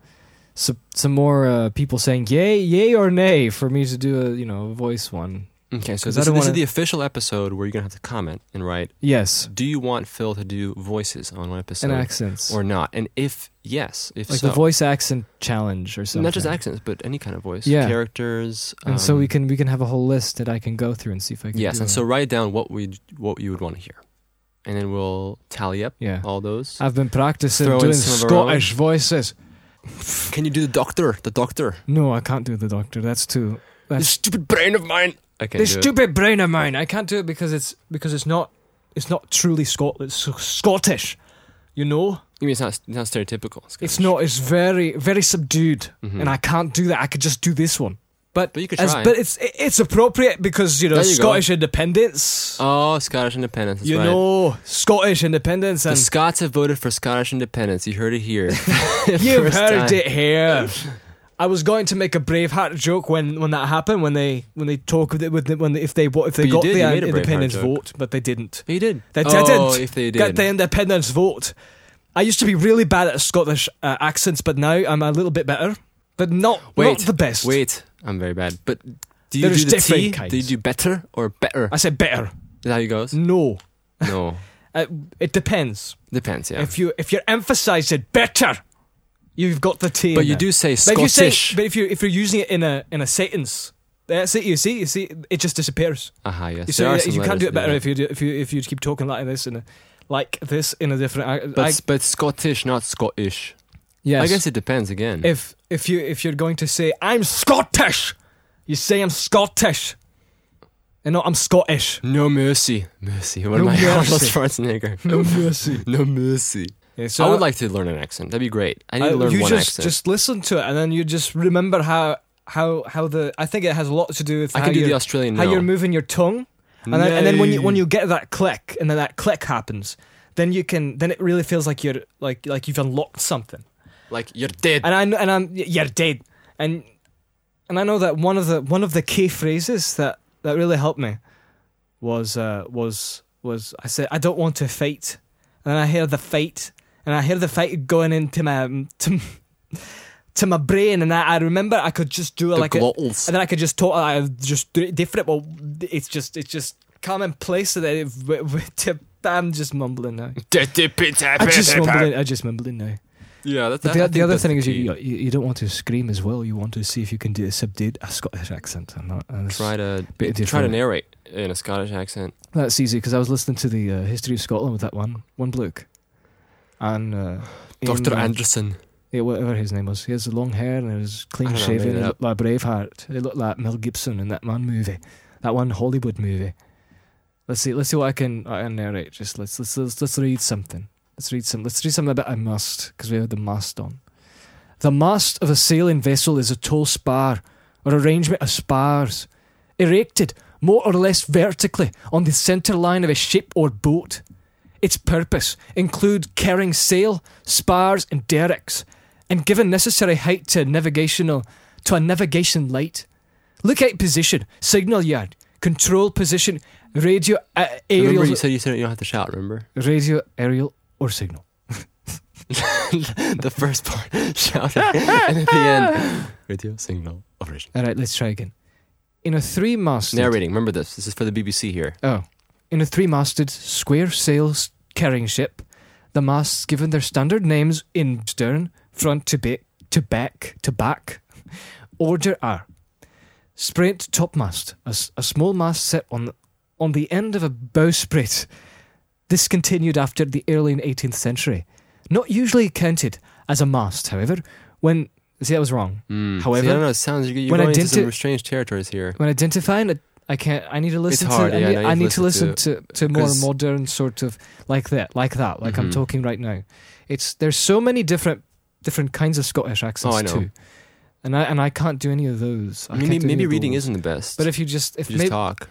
Speaker 1: some, some more uh, people saying yay, yay or nay for me to do a you know voice one.
Speaker 2: Okay, so
Speaker 1: 'Cause
Speaker 2: this,
Speaker 1: I
Speaker 2: this
Speaker 1: don't
Speaker 2: is
Speaker 1: wanna-
Speaker 2: the official episode where you're gonna have to comment and write.
Speaker 1: Yes,
Speaker 2: Do you want Phil to do voices on one episode
Speaker 1: and accents
Speaker 2: or not? And if yes, if
Speaker 1: like
Speaker 2: so,
Speaker 1: the voice accent challenge or something.
Speaker 2: not just accents, but any kind of voice,
Speaker 1: Yeah.
Speaker 2: characters,
Speaker 1: And so we
Speaker 2: um,
Speaker 1: can we can have a whole list that I can go through and see if I can.
Speaker 2: Yes,
Speaker 1: do
Speaker 2: and
Speaker 1: it.
Speaker 2: so write down what we what you would want to hear, and then we'll tally up
Speaker 1: yeah, Uh,
Speaker 2: all those.
Speaker 1: I've been practicing
Speaker 2: throw in
Speaker 1: doing
Speaker 2: some of our own.
Speaker 1: Scottish voices.
Speaker 2: Can you do the doctor? The doctor.
Speaker 1: No, I can't do the doctor. That's too.
Speaker 3: This stupid brain of mine.
Speaker 2: I can
Speaker 1: This stupid brain of mine. I can't do it because it's because it's not it's not truly Scot it's so- Scottish. You know,
Speaker 2: You mean it's not it's not stereotypical?
Speaker 1: it's not. It's very very subdued,
Speaker 2: Mhm.
Speaker 1: and I can't do that. I could just do this one. But
Speaker 2: But you could
Speaker 1: as-
Speaker 2: try.
Speaker 1: but it's it- it's appropriate because you know
Speaker 2: There you go.
Speaker 1: Scottish independence.
Speaker 2: Oh, Scottish independence. That's
Speaker 1: you
Speaker 2: right.
Speaker 1: know Scottish independence
Speaker 2: the (laughs)
Speaker 1: and
Speaker 2: Scots have voted for Scottish independence. You heard it here.
Speaker 1: You've
Speaker 2: First
Speaker 1: heard
Speaker 2: time.
Speaker 1: it here. I was going to make a Braveheart joke when, when that happened when they when they talk of it with the, when they, if they wa- if
Speaker 2: But
Speaker 1: they
Speaker 2: you
Speaker 1: got
Speaker 2: did,
Speaker 1: the
Speaker 2: you made a Braveheart
Speaker 1: independence
Speaker 2: joke.
Speaker 1: vote, but (laughs) they didn't.
Speaker 2: They (laughs) did.
Speaker 1: They
Speaker 2: Oh,
Speaker 1: didn't
Speaker 2: if they did.
Speaker 1: Get the independence vote. I used to be really bad at Scottish uh, accents, but now I'm a little bit better, but not
Speaker 2: Wait,
Speaker 1: not the best.
Speaker 2: Wait, I'm very bad. But do you
Speaker 1: There's
Speaker 2: do the
Speaker 1: different
Speaker 2: T?
Speaker 1: kinds.
Speaker 2: Do you do better or better?
Speaker 1: I said better.
Speaker 2: Is that how it goes?
Speaker 1: No,
Speaker 2: No,
Speaker 1: uh, it depends.
Speaker 2: depends. Yeah,
Speaker 1: If you if you're emphasising better, you've got the T. in
Speaker 2: but you
Speaker 1: there.
Speaker 2: do say
Speaker 1: But if you say,
Speaker 2: Scottish.
Speaker 1: but if you if you're using it in a in a sentence, that's it. You see, you see, it just disappears.
Speaker 2: Aha, yes.
Speaker 1: You,
Speaker 2: there are
Speaker 1: see,
Speaker 2: some
Speaker 1: you can't
Speaker 2: letters
Speaker 1: do
Speaker 2: that
Speaker 1: it better
Speaker 2: that.
Speaker 1: if you do, if you if you keep talking like this in a like this in a different. I,
Speaker 2: But,
Speaker 1: I,
Speaker 2: but Scottish, not Scottish.
Speaker 1: yes,
Speaker 2: I guess it depends again.
Speaker 1: if if you if you're going to say I'm Scottish, you say I'm Scottish, and not I'm Scottish.
Speaker 2: no mercy. Mercy. What am
Speaker 1: No
Speaker 2: I? Arnold
Speaker 1: mercy. (laughs)
Speaker 2: Schwarzenegger.
Speaker 1: No mercy.
Speaker 2: No mercy.
Speaker 1: Yeah, so
Speaker 2: I would like to learn an accent. That'd be great. I need
Speaker 1: I-
Speaker 2: to learn
Speaker 1: Uh, you
Speaker 2: one
Speaker 1: just
Speaker 2: accent.
Speaker 1: just listen to it, and then you just remember how how how the. I think it has a lot to do with
Speaker 2: I
Speaker 1: how
Speaker 2: can do the
Speaker 1: you're-
Speaker 2: Australian
Speaker 1: how
Speaker 2: no.
Speaker 1: you're moving your tongue. And then, and then when you when you get that click, and then that click happens, then you can then it really feels like you're like like you've unlocked something.
Speaker 2: like you're dead.
Speaker 1: And I kn- and I'm y- you're dead. And and I know that one of the one of the key phrases that that really helped me was uh was was I said I don't want to fight, and I hear the fight, and I hear the fight going into my um, (laughs) to, to my brain, and I, I remember I could just do it
Speaker 2: the
Speaker 1: like uh, a,
Speaker 2: glottals.
Speaker 1: and then I could just talk. I just do it different. Well, it's just it's just commonplace so that it, w- w- (laughs) to, I'm just mumbling now. I just mumbling. I just mumbling now.
Speaker 2: yeah, that's
Speaker 1: But
Speaker 2: I
Speaker 1: the,
Speaker 2: think
Speaker 1: the other
Speaker 2: that's
Speaker 1: thing is
Speaker 2: key.
Speaker 1: you, you you don't want to scream as well. You want to see if you can do a subdued a Scottish accent. And that, and that's,
Speaker 2: try to
Speaker 1: bit
Speaker 2: try to
Speaker 1: different.
Speaker 2: narrate in a Scottish accent.
Speaker 1: that's easy because I was listening to the uh, history of Scotland with that one one bloke, and uh,
Speaker 2: Doctor
Speaker 1: Ian-
Speaker 2: Anderson.
Speaker 1: Yeah, whatever his name was. He has the long hair and he was
Speaker 2: I
Speaker 1: clean
Speaker 2: don't know,
Speaker 1: shaven.
Speaker 2: made it
Speaker 1: He
Speaker 2: up.
Speaker 1: looked like Braveheart. He looked like Mel Gibson in that one movie, that one Hollywood movie. Let's see. Let's see what I can. I can narrate. Just let's let's let's, let's read something. Let's read some. Let's read something about a mast because we have the mast on. The mast of a sailing vessel is a tall spar or arrangement of spars, erected more or less vertically on the centre line of a ship or boat. Its purpose include carrying sail, spars, and derricks, and given necessary height to navigational to a navigation light. Lookout position, signal yard, control position, radio uh,
Speaker 2: Remember
Speaker 1: aerial,
Speaker 2: you said you said you don't have to shout. Remember (laughs)
Speaker 1: radio aerial or signal.
Speaker 2: the first part (laughs) shouting, and at
Speaker 1: (laughs)
Speaker 2: the end radio signal operation.
Speaker 1: All right, let's try again. In a three-masted
Speaker 2: Narrating. Remember this. This is for the BBC here.
Speaker 1: Oh. In a three masted, square sails carrying ship, the masts given their standard names in stern, front to back, to back, to back, (laughs) order are Sprint topmast, a, s- a small mast set on the, on the end of a bowsprit. This continued after the early 18th century. Not usually counted as a mast, however, when. See, that was wrong.
Speaker 2: Mm.
Speaker 1: However,
Speaker 2: See, I don't know. It sounds you're, you're
Speaker 1: when I
Speaker 2: going into
Speaker 1: didn't
Speaker 2: some
Speaker 1: do-
Speaker 2: strange territories here.
Speaker 1: When identifying a, I can't. I need to listen
Speaker 2: hard,
Speaker 1: to.
Speaker 2: yeah,
Speaker 1: I need,
Speaker 2: no,
Speaker 1: I
Speaker 2: you've
Speaker 1: need to listen
Speaker 2: listened
Speaker 1: to, to more
Speaker 2: 'cause-
Speaker 1: modern sort of like that, like that, like I'm
Speaker 2: Mhm.
Speaker 1: talking right now. It's there's so many different different kinds of Scottish accents
Speaker 2: Oh, I know.
Speaker 1: too, and I and I can't do any of those. I can't
Speaker 2: Maybe,
Speaker 1: do any
Speaker 2: maybe
Speaker 1: of
Speaker 2: reading
Speaker 1: those.
Speaker 2: isn't the best.
Speaker 1: But if you just if
Speaker 2: you just
Speaker 1: maybe,
Speaker 2: talk.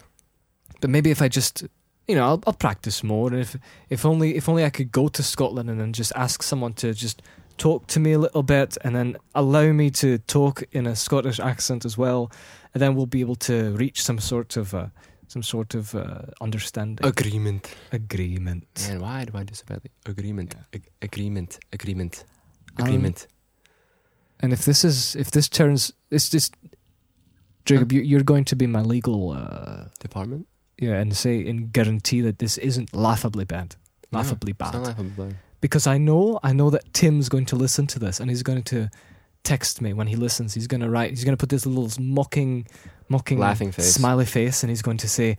Speaker 1: but maybe if I just you know I'll, I'll practice more. And if if only if only I could go to Scotland and then just ask someone to just talk to me a little bit and then allow me to talk in a Scottish accent as well, and then we'll be able to reach some sort of uh, some sort of uh, understanding
Speaker 2: Agreement.
Speaker 1: agreement.
Speaker 2: Man, why do I do so badly? Agreement. Ag- agreement. Agreement.
Speaker 1: Um,
Speaker 2: Agreement.
Speaker 1: And if this is if this turns it's just Jacob, you, you're going to be my legal uh,
Speaker 2: Department.
Speaker 1: yeah, and say and guarantee that this isn't laughably bad,
Speaker 2: No,
Speaker 1: laughably
Speaker 2: It's
Speaker 1: bad.
Speaker 2: not laughable.
Speaker 1: because I know I know that Tim's going to listen to this and he's going to text me when he listens. He's going to write. He's going to put this little mocking, mocking,
Speaker 2: Laughing face.
Speaker 1: smiley face, and he's going to say,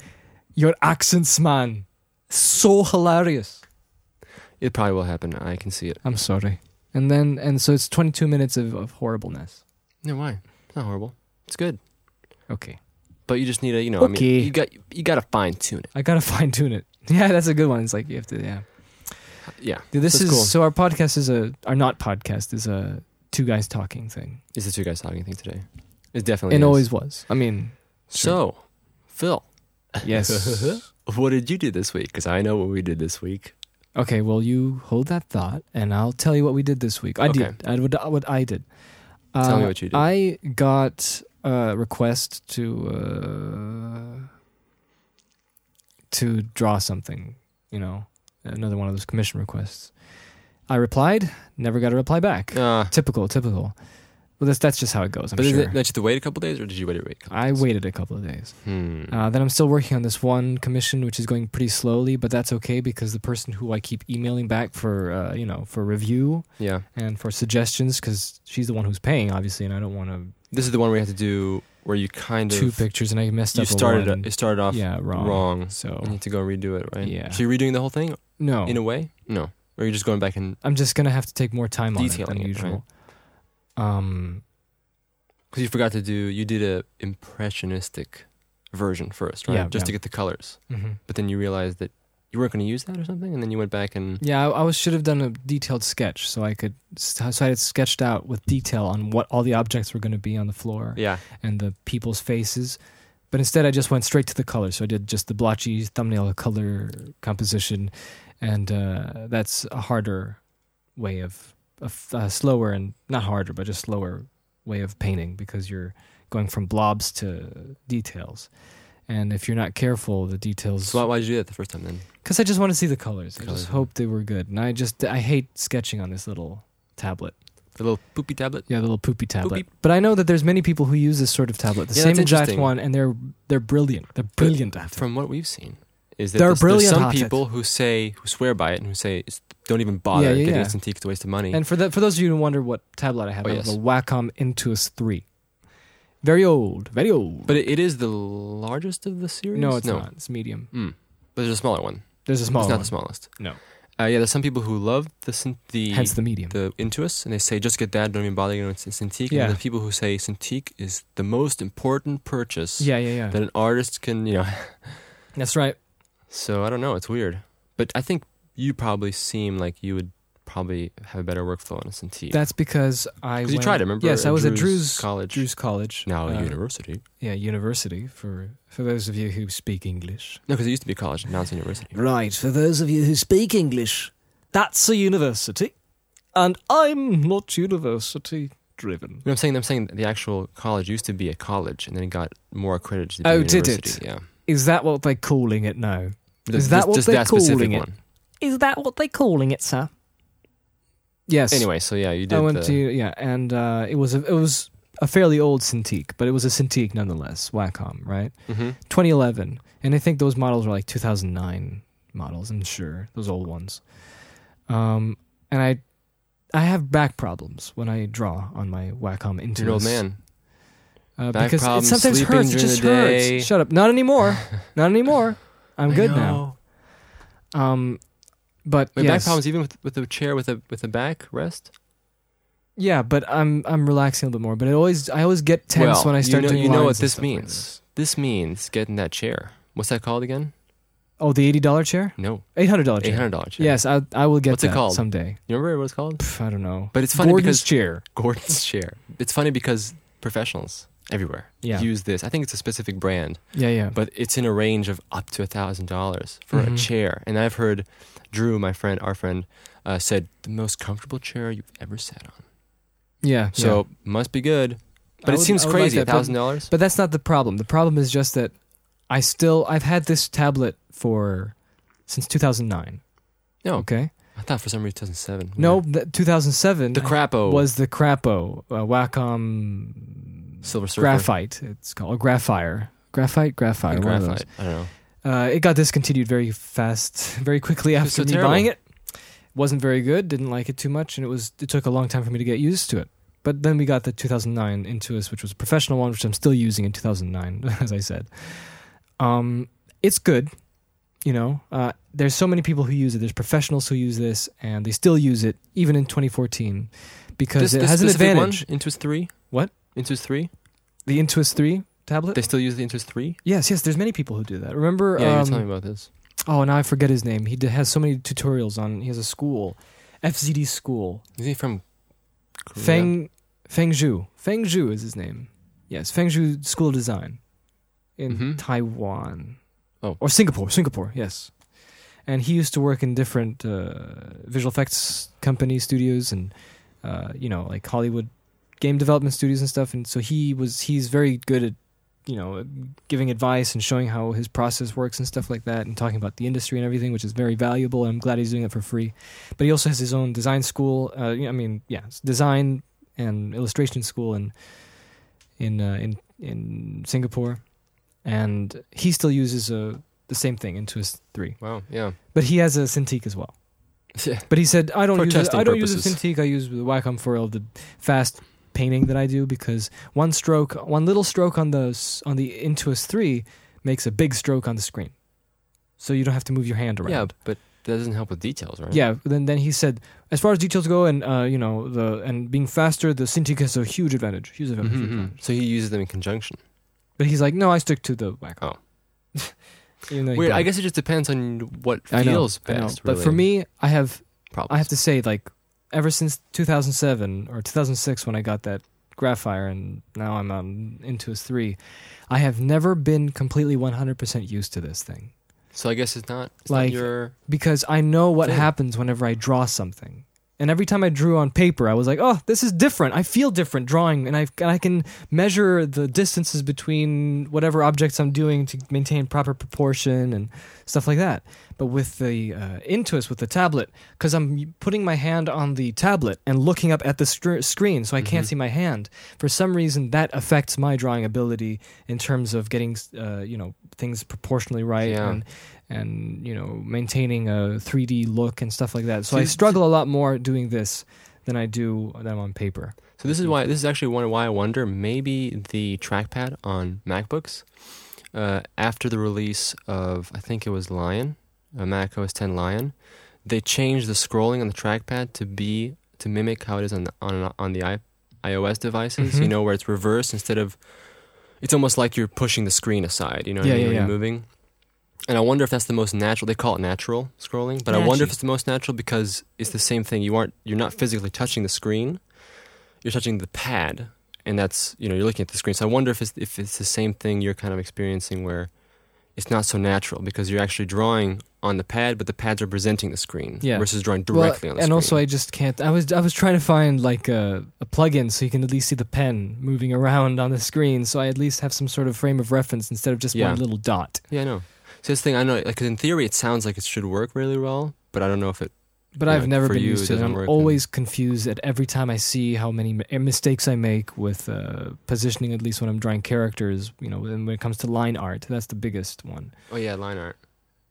Speaker 1: "Your accents, man, so hilarious."
Speaker 2: It probably will happen. I can see it.
Speaker 1: I'm sorry. And then and so it's 22 minutes of, of horribleness.
Speaker 2: No, why? It's not horrible. It's good.
Speaker 1: Okay,
Speaker 2: But you just need to, you know, I
Speaker 1: Okay.
Speaker 2: mean, you got you got to fine tune it.
Speaker 1: I gotta (laughs) fine tune it. Yeah, that's a good one. It's like you have to. Yeah,
Speaker 2: Yeah.
Speaker 1: Dude, this
Speaker 2: That's
Speaker 1: is
Speaker 2: cool.
Speaker 1: so. Our podcast is a, our not podcast is a two guys talking thing.
Speaker 2: Is the two guys talking thing today? It definitely
Speaker 1: It
Speaker 2: is.
Speaker 1: always was. I mean,
Speaker 2: So, Phil, (laughs)
Speaker 1: yes.
Speaker 2: what did you do this week? Because I know what we did this week.
Speaker 1: Okay, well, you hold that thought, and I'll tell you what we did this week. I
Speaker 2: Okay.
Speaker 1: did. I, what, uh, what I did.
Speaker 2: Tell me
Speaker 1: Uh,
Speaker 2: what you did.
Speaker 1: I got a request to uh, to draw something. You know, another one of those commission requests. I replied. Never got a reply back.
Speaker 2: Uh,
Speaker 1: Typical. Typical. Well, that's that's just how it goes. I'm
Speaker 2: but
Speaker 1: sure.
Speaker 2: did you wait a couple days, or did you wait a week?
Speaker 1: I waited a couple of days.
Speaker 2: Hmm.
Speaker 1: Uh, then I'm still working on this one commission, which is going pretty slowly, but that's okay because the person who I keep emailing back for, uh, you know, for review
Speaker 2: yeah.
Speaker 1: and for suggestions, because she's the one who's paying, obviously, and I don't want to
Speaker 2: This is the one we had to do where you kind of
Speaker 1: two pictures and I messed
Speaker 2: you
Speaker 1: up. a
Speaker 2: started
Speaker 1: one.
Speaker 2: it started off
Speaker 1: yeah, wrong.
Speaker 2: wrong.
Speaker 1: So
Speaker 2: You need to go redo it, right?
Speaker 1: Yeah.
Speaker 2: So you're redoing the whole thing
Speaker 1: no,
Speaker 2: in a way? No. Or you're just going back and
Speaker 1: I'm just gonna have to take more time on it than
Speaker 2: Detailing it,
Speaker 1: usual. Um,
Speaker 2: because you forgot to do you did a impressionistic version first, right?
Speaker 1: Yeah,
Speaker 2: just to
Speaker 1: yeah.
Speaker 2: get the colors,
Speaker 1: mhm.
Speaker 2: but then you realized that you weren't going to use that or something, and then you went back and
Speaker 1: yeah, I, I was should have done a detailed sketch so I could so I had it sketched out with detail on what all the objects were going to be on the floor.
Speaker 2: yeah,
Speaker 1: and the people's faces. But instead, I just went straight to the color. So I did just the blotchy thumbnail color composition, and uh, that's a harder way of, of uh, slower and not harder, but just slower way of painting because you're going from blobs to details. And if you're not careful, the details.
Speaker 2: So why, why'd you do that the first time then?
Speaker 1: Because I just want to see the colors. I
Speaker 2: Colours,
Speaker 1: just
Speaker 2: yeah.
Speaker 1: hoped they were good. And I just I hate sketching on this little tablet.
Speaker 2: The little poopy tablet.
Speaker 1: Yeah, the little poopy tablet.
Speaker 2: Poopy.
Speaker 1: But I know that there's many people who use this sort of tablet, the
Speaker 2: Yeah,
Speaker 1: same
Speaker 2: that's
Speaker 1: exact
Speaker 2: interesting.
Speaker 1: one, and they're they're brilliant. They're brilliant at it.
Speaker 2: From what we've seen, is that
Speaker 1: They're
Speaker 2: there's,
Speaker 1: brilliant
Speaker 2: there's some
Speaker 1: at it.
Speaker 2: people who say who swear by it and who say "It's- don't even bother
Speaker 1: Yeah, yeah,
Speaker 2: getting
Speaker 1: yeah.
Speaker 2: instant tea, it's a waste of money.
Speaker 1: And for that, for those of you who wonder what tablet I have,
Speaker 2: Oh,
Speaker 1: I have
Speaker 2: yes.
Speaker 1: a Wacom Intuos Three. Very old, very old.
Speaker 2: but it, it is the largest of the series.
Speaker 1: no, it's not. It's medium.
Speaker 2: Mm. But there's a smaller one.
Speaker 1: There's a small
Speaker 2: it's not
Speaker 1: one.
Speaker 2: the smallest.
Speaker 1: No.
Speaker 2: Uh, yeah, there's some people who love the syn- the
Speaker 1: Hence the medium.
Speaker 2: E. the Intuos, and they say just get that, don't even bother getting Cintiq.
Speaker 1: Yeah.
Speaker 2: And the people who say Cintiq is the most important purchase
Speaker 1: yeah, yeah, yeah.
Speaker 2: that an artist can, you know. (laughs)
Speaker 1: That's right.
Speaker 2: So I don't know, it's weird, but I think you probably seem like you would probably have a better workflow on a Cintiq.
Speaker 1: That's because I.
Speaker 2: E. because you
Speaker 1: went-
Speaker 2: tried it, remember?
Speaker 1: Yes, I was at Drew's
Speaker 2: college,
Speaker 1: Drew's College.
Speaker 2: now
Speaker 1: uh,
Speaker 2: university.
Speaker 1: Yeah, university for for those of you who speak English.
Speaker 2: No, because it used to be college, now it's university.
Speaker 7: Right, for those of you who speak English,
Speaker 1: That's a university, and I'm not university driven.
Speaker 2: No, I'm saying, I'm saying the actual college used to be a college, and then it got more accredited. To be
Speaker 1: Oh,
Speaker 2: a
Speaker 1: did it?
Speaker 2: university. Yeah.
Speaker 1: Is that what they're calling it now? Is
Speaker 2: Just-
Speaker 1: that
Speaker 2: just-
Speaker 1: what
Speaker 2: just
Speaker 1: they're
Speaker 2: that specific
Speaker 1: calling it?
Speaker 2: one.
Speaker 7: is that what they're calling it, sir?
Speaker 1: Yes.
Speaker 2: Anyway, so yeah, you did.
Speaker 1: I went
Speaker 2: the,
Speaker 1: to yeah, and uh, it was a it was a fairly old Cintiq, but it was a Cintiq nonetheless. Wacom, right?
Speaker 2: Mhm.
Speaker 1: 2011, and I think those models were like 2009 models. I'm sure those old ones. Um, and I I have back problems when I draw on my Wacom Intuos.
Speaker 2: You're an old man.
Speaker 1: Uh,
Speaker 2: Back
Speaker 1: because it
Speaker 2: problems,
Speaker 1: sometimes
Speaker 2: sleeping
Speaker 1: hurts. It
Speaker 2: during
Speaker 1: just
Speaker 2: the day.
Speaker 1: hurts. Shut up. Not
Speaker 2: (laughs)
Speaker 1: anymore. Not anymore. I'm
Speaker 2: I
Speaker 1: good
Speaker 2: know.
Speaker 1: now. Um, but
Speaker 2: Wait, back
Speaker 1: yes.
Speaker 2: problems even with with a chair with a with a back rest.
Speaker 1: Yeah, but I'm I'm relaxing a little bit more. But it always I always get tense
Speaker 2: well,
Speaker 1: when I start
Speaker 2: you know,
Speaker 1: doing
Speaker 2: you
Speaker 1: lines
Speaker 2: know what
Speaker 1: and
Speaker 2: this
Speaker 1: stuff like
Speaker 2: means.
Speaker 1: this.
Speaker 2: This means get in that chair. What's that called again?
Speaker 1: Oh, the eighty dollar chair,
Speaker 2: No,
Speaker 1: eight hundred dollar
Speaker 2: eight
Speaker 1: chair.
Speaker 2: hundred dollar chair.
Speaker 1: Yes, I I will get
Speaker 2: What's it
Speaker 1: that
Speaker 2: called?
Speaker 1: someday.
Speaker 2: you remember what it's called?
Speaker 1: Pff, I don't know.
Speaker 2: But it's funny
Speaker 1: Gordon's
Speaker 2: because
Speaker 1: chair.
Speaker 2: (laughs) Gordon's chair. It's funny because professionals everywhere
Speaker 1: Yeah.
Speaker 2: use this. I think it's a specific brand,
Speaker 1: Yeah, yeah.
Speaker 2: but it's in a range of up to a thousand dollars for a
Speaker 1: Mhm.
Speaker 2: chair. And I've heard Drew, my friend, our friend, uh, said the most comfortable chair you've ever sat on.
Speaker 1: yeah. yeah.
Speaker 2: So must be good. But
Speaker 1: I
Speaker 2: it
Speaker 1: would-
Speaker 2: seems
Speaker 1: I would like
Speaker 2: crazy. A
Speaker 1: that, but-
Speaker 2: thousand dollars.
Speaker 1: But that's not the problem. The problem is just that I still I've had this tablet for since 2009.
Speaker 2: No.
Speaker 1: Okay.
Speaker 2: I thought for some reason 2007.
Speaker 1: No,
Speaker 2: Weird.
Speaker 1: that 2007
Speaker 2: the Crapo
Speaker 1: was the Crapo uh, Wacom
Speaker 2: Silver Surfer.
Speaker 1: Graphite. It's called Graphire. Graphite,
Speaker 2: I
Speaker 1: graphite,
Speaker 2: think
Speaker 1: one of
Speaker 2: graphite. I don't know.
Speaker 1: those. Uh, it got discontinued very fast, (laughs) very quickly
Speaker 2: It's
Speaker 1: after
Speaker 2: so
Speaker 1: me
Speaker 2: terrible.
Speaker 1: buying it. Wasn't very good. Didn't like it too much, and it was it took a long time for me to get used to it. But then we got the 2009 Intuos, which was a professional one, which I'm still using in 2009, (laughs) as I said. Um, it's good, you know. Uh, there's so many people who use it. There's professionals who use this, and they still use it even in 2014 because
Speaker 2: This-
Speaker 1: it
Speaker 2: this
Speaker 1: has an
Speaker 2: specific
Speaker 1: advantage.
Speaker 2: One, Intuos three.
Speaker 1: What?
Speaker 2: Intuos three.
Speaker 1: The Intuos 3 tablet.
Speaker 2: They still use the Intuos three.
Speaker 1: yes, yes. There's many people who do that. Remember?
Speaker 2: Yeah, you were
Speaker 1: um,
Speaker 2: telling me about this.
Speaker 1: oh, now I forget his name. He d- has so many tutorials on. He has a school, FZD school.
Speaker 2: Is he from Korea?
Speaker 1: Feng Feng Zhu. Feng Zhu is his name. Yes, Feng Zhu School of Design in
Speaker 2: Mhm.
Speaker 1: Taiwan.
Speaker 2: Oh.
Speaker 1: or Singapore. Singapore. Yes. And he used to work in different uh, visual effects company studios and uh, you know like Hollywood game development studios and stuff. And so he was he's very good at you know giving advice and showing how his process works and stuff like that and talking about the industry and everything which is very valuable and i'm glad he's doing it for free but he also has his own design school uh, i mean yeah it's design and illustration school in in uh, in in singapore and he still uses uh, the same thing into his three
Speaker 2: Wow. Yeah.
Speaker 1: but he has a Cintiq as well
Speaker 2: (laughs) Yeah.
Speaker 1: but he said i don't
Speaker 2: For
Speaker 1: use a,
Speaker 2: testing
Speaker 1: i don't use a
Speaker 2: purposes.
Speaker 1: Cintiq i use the wacom for all the fast painting that i do because one stroke one little stroke on the s- on the intuos 3 makes a big stroke on the screen so you don't have to move your hand around
Speaker 2: Yeah, but that doesn't help with details, right?
Speaker 1: yeah, then then he said, as far as details go, and uh, you know the and being faster, the Cintiq has a huge advantage, huge advantage. huge
Speaker 2: hmm
Speaker 1: advantage.
Speaker 2: So he uses them in conjunction.
Speaker 1: But he's like, no, I stick to the (laughs) Wacom. Even though he
Speaker 2: Oh. Weird. I
Speaker 1: don't.
Speaker 2: guess it just depends on what
Speaker 1: I know,
Speaker 2: feels
Speaker 1: I know.
Speaker 2: best.
Speaker 1: But for
Speaker 2: really.
Speaker 1: me, I have
Speaker 2: problems.
Speaker 1: I have to say like ever since 2007 or 2006 when I got that Graphire and now I'm um, on Intuos 3, I have never been completely 100% used to this thing.
Speaker 2: So I guess it's not it's
Speaker 1: Like-
Speaker 2: not your
Speaker 1: because I know what
Speaker 2: Same.
Speaker 1: happens whenever I draw something. And every time I drew on paper, I was like, "Oh, this is different. I feel different drawing, and I and I can measure the distances between whatever objects I'm doing to maintain proper proportion and stuff like that." But with the uh, Intuos, with the tablet, because I'm putting my hand on the tablet and looking up at the str- screen, so I can't
Speaker 2: Mm-hmm.
Speaker 1: see my hand. For some reason, that affects my drawing ability in terms of getting, uh, you know, things proportionally right
Speaker 2: Yeah.
Speaker 1: and and you know maintaining a 3D look and stuff like that. So
Speaker 2: See,
Speaker 1: I
Speaker 2: th-
Speaker 1: struggle a lot more doing this than I do than on paper.
Speaker 2: So this is
Speaker 1: Mm-hmm.
Speaker 2: why this is actually one why I wonder maybe the trackpad on MacBooks uh, after the release of I think it was Lion, uh, Mac OS 10 Lion, they changed the scrolling on the trackpad to be to mimic how it is on the, on on the I, iOS devices. You
Speaker 1: Mhm.
Speaker 2: know where it's reversed instead of it's almost like you're pushing the screen aside. You know what
Speaker 1: Yeah,
Speaker 2: I mean?
Speaker 1: yeah,
Speaker 2: when
Speaker 1: yeah.
Speaker 2: You're moving. And I wonder if that's the most natural. They call it natural scrolling, but I wonder if
Speaker 1: Natchy.
Speaker 2: it's the most natural because it's the same thing. You aren't you're not physically touching the screen. You're touching the pad, and that's you know you're looking at the screen. So I wonder if it's if it's the same thing you're kind of experiencing where it's not so natural because you're actually drawing on the pad, but the pad's representing the screen
Speaker 1: Yeah.
Speaker 2: versus drawing directly on the
Speaker 1: and
Speaker 2: screen.
Speaker 1: also I just can't. I was I was trying to find like a, a plugin so you can at least see the pen moving around on the screen, so I at least have some sort of frame of reference instead of just
Speaker 2: Yeah.
Speaker 1: one little dot.
Speaker 2: yeah, I know. So this thing I know, like 'cause in theory it sounds like it should work really well, but I don't know if it.
Speaker 1: But
Speaker 2: Yeah,
Speaker 1: I've never
Speaker 2: for
Speaker 1: been
Speaker 2: you,
Speaker 1: used
Speaker 2: it
Speaker 1: to it.
Speaker 2: doesn't
Speaker 1: I'm
Speaker 2: work,
Speaker 1: always confused at every time I see how many mi- mistakes I make with uh, positioning, at least when I'm drawing characters. You know, and when it comes to line art, that's the biggest one.
Speaker 2: Oh yeah, line art.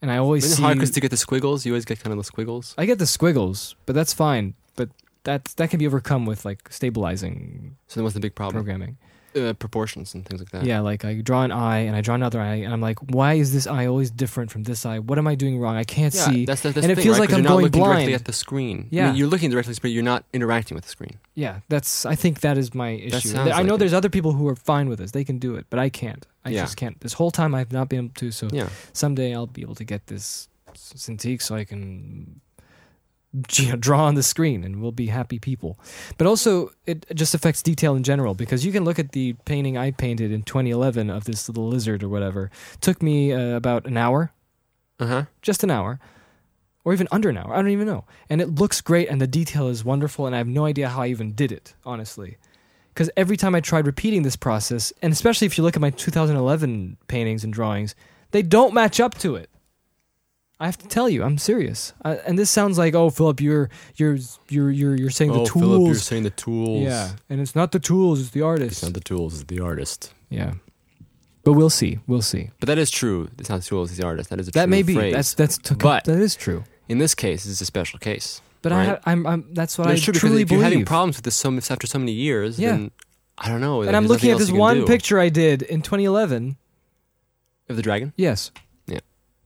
Speaker 1: And I always
Speaker 2: Isn't it
Speaker 1: see
Speaker 2: hard because to get the squiggles, you always get kind of the squiggles.
Speaker 1: I get the squiggles, but that's fine. But that's that can be overcome with like stabilizing
Speaker 2: So then what's the big problem?
Speaker 1: programming.
Speaker 2: uh, proportions and things like that.
Speaker 1: Yeah, like I draw an eye and I draw another eye, and I'm like, why is this eye always different from this eye? What am I doing wrong? I can't
Speaker 2: Yeah,
Speaker 1: see.
Speaker 2: that's, that's, that's
Speaker 1: and
Speaker 2: the
Speaker 1: it
Speaker 2: thing,
Speaker 1: feels like
Speaker 2: right? 'Cause
Speaker 1: I'm
Speaker 2: you're not
Speaker 1: going
Speaker 2: looking
Speaker 1: blind.
Speaker 2: directly at the screen. I mean,
Speaker 1: Yeah.
Speaker 2: you're looking directly at the screen. You're not interacting with the screen.
Speaker 1: yeah, that's. I think that is my issue.
Speaker 2: sounds
Speaker 1: I know
Speaker 2: like
Speaker 1: there's
Speaker 2: it.
Speaker 1: other people who are fine with this; they can do it, but I can't. I
Speaker 2: Yeah.
Speaker 1: just can't. This whole time I've not been able to. So
Speaker 2: Yeah,
Speaker 1: someday I'll be able to get this Cintiq so I can (laughs) you know, draw on the screen and we'll be happy people. But also, it just affects detail in general because you can look at the painting I painted in 2011 of this little lizard or whatever. Took me uh, about an hour,
Speaker 2: uh huh.
Speaker 1: just an hour, or even under an hour. I don't even know. And it looks great and the detail is wonderful and I have no idea how I even did it, honestly. Because every time I tried repeating this process, and especially if you look at my 2011 paintings and drawings, they don't match up to it. I have to tell you, I'm serious. I, and this sounds like, oh, Philip, you're you're you're you're, you're saying
Speaker 2: oh,
Speaker 1: the tools.
Speaker 2: Philip, you're saying the tools.
Speaker 1: yeah, and it's not the tools; it's the
Speaker 2: It's
Speaker 1: artist.
Speaker 2: not the tools. It's the artist.
Speaker 1: yeah, but we'll see. We'll see.
Speaker 2: But that is true. It's not the tools. It's the artist. That is a
Speaker 1: That
Speaker 2: true
Speaker 1: may be.
Speaker 2: phrase.
Speaker 1: That's that's t-
Speaker 2: But-
Speaker 1: that is true.
Speaker 2: In this case, it's a special case.
Speaker 1: But I
Speaker 2: Right.
Speaker 1: ha- I'm, I'm that's what
Speaker 2: That's
Speaker 1: I
Speaker 2: true because
Speaker 1: truly
Speaker 2: if you're having
Speaker 1: believe.
Speaker 2: problems with this so, after so many years,
Speaker 1: Yeah.
Speaker 2: then I don't know.
Speaker 1: and I'm
Speaker 2: there's
Speaker 1: looking at
Speaker 2: nothing else
Speaker 1: this
Speaker 2: you can
Speaker 1: one
Speaker 2: do.
Speaker 1: picture I did in 2011.
Speaker 2: of the dragon.
Speaker 1: Yes,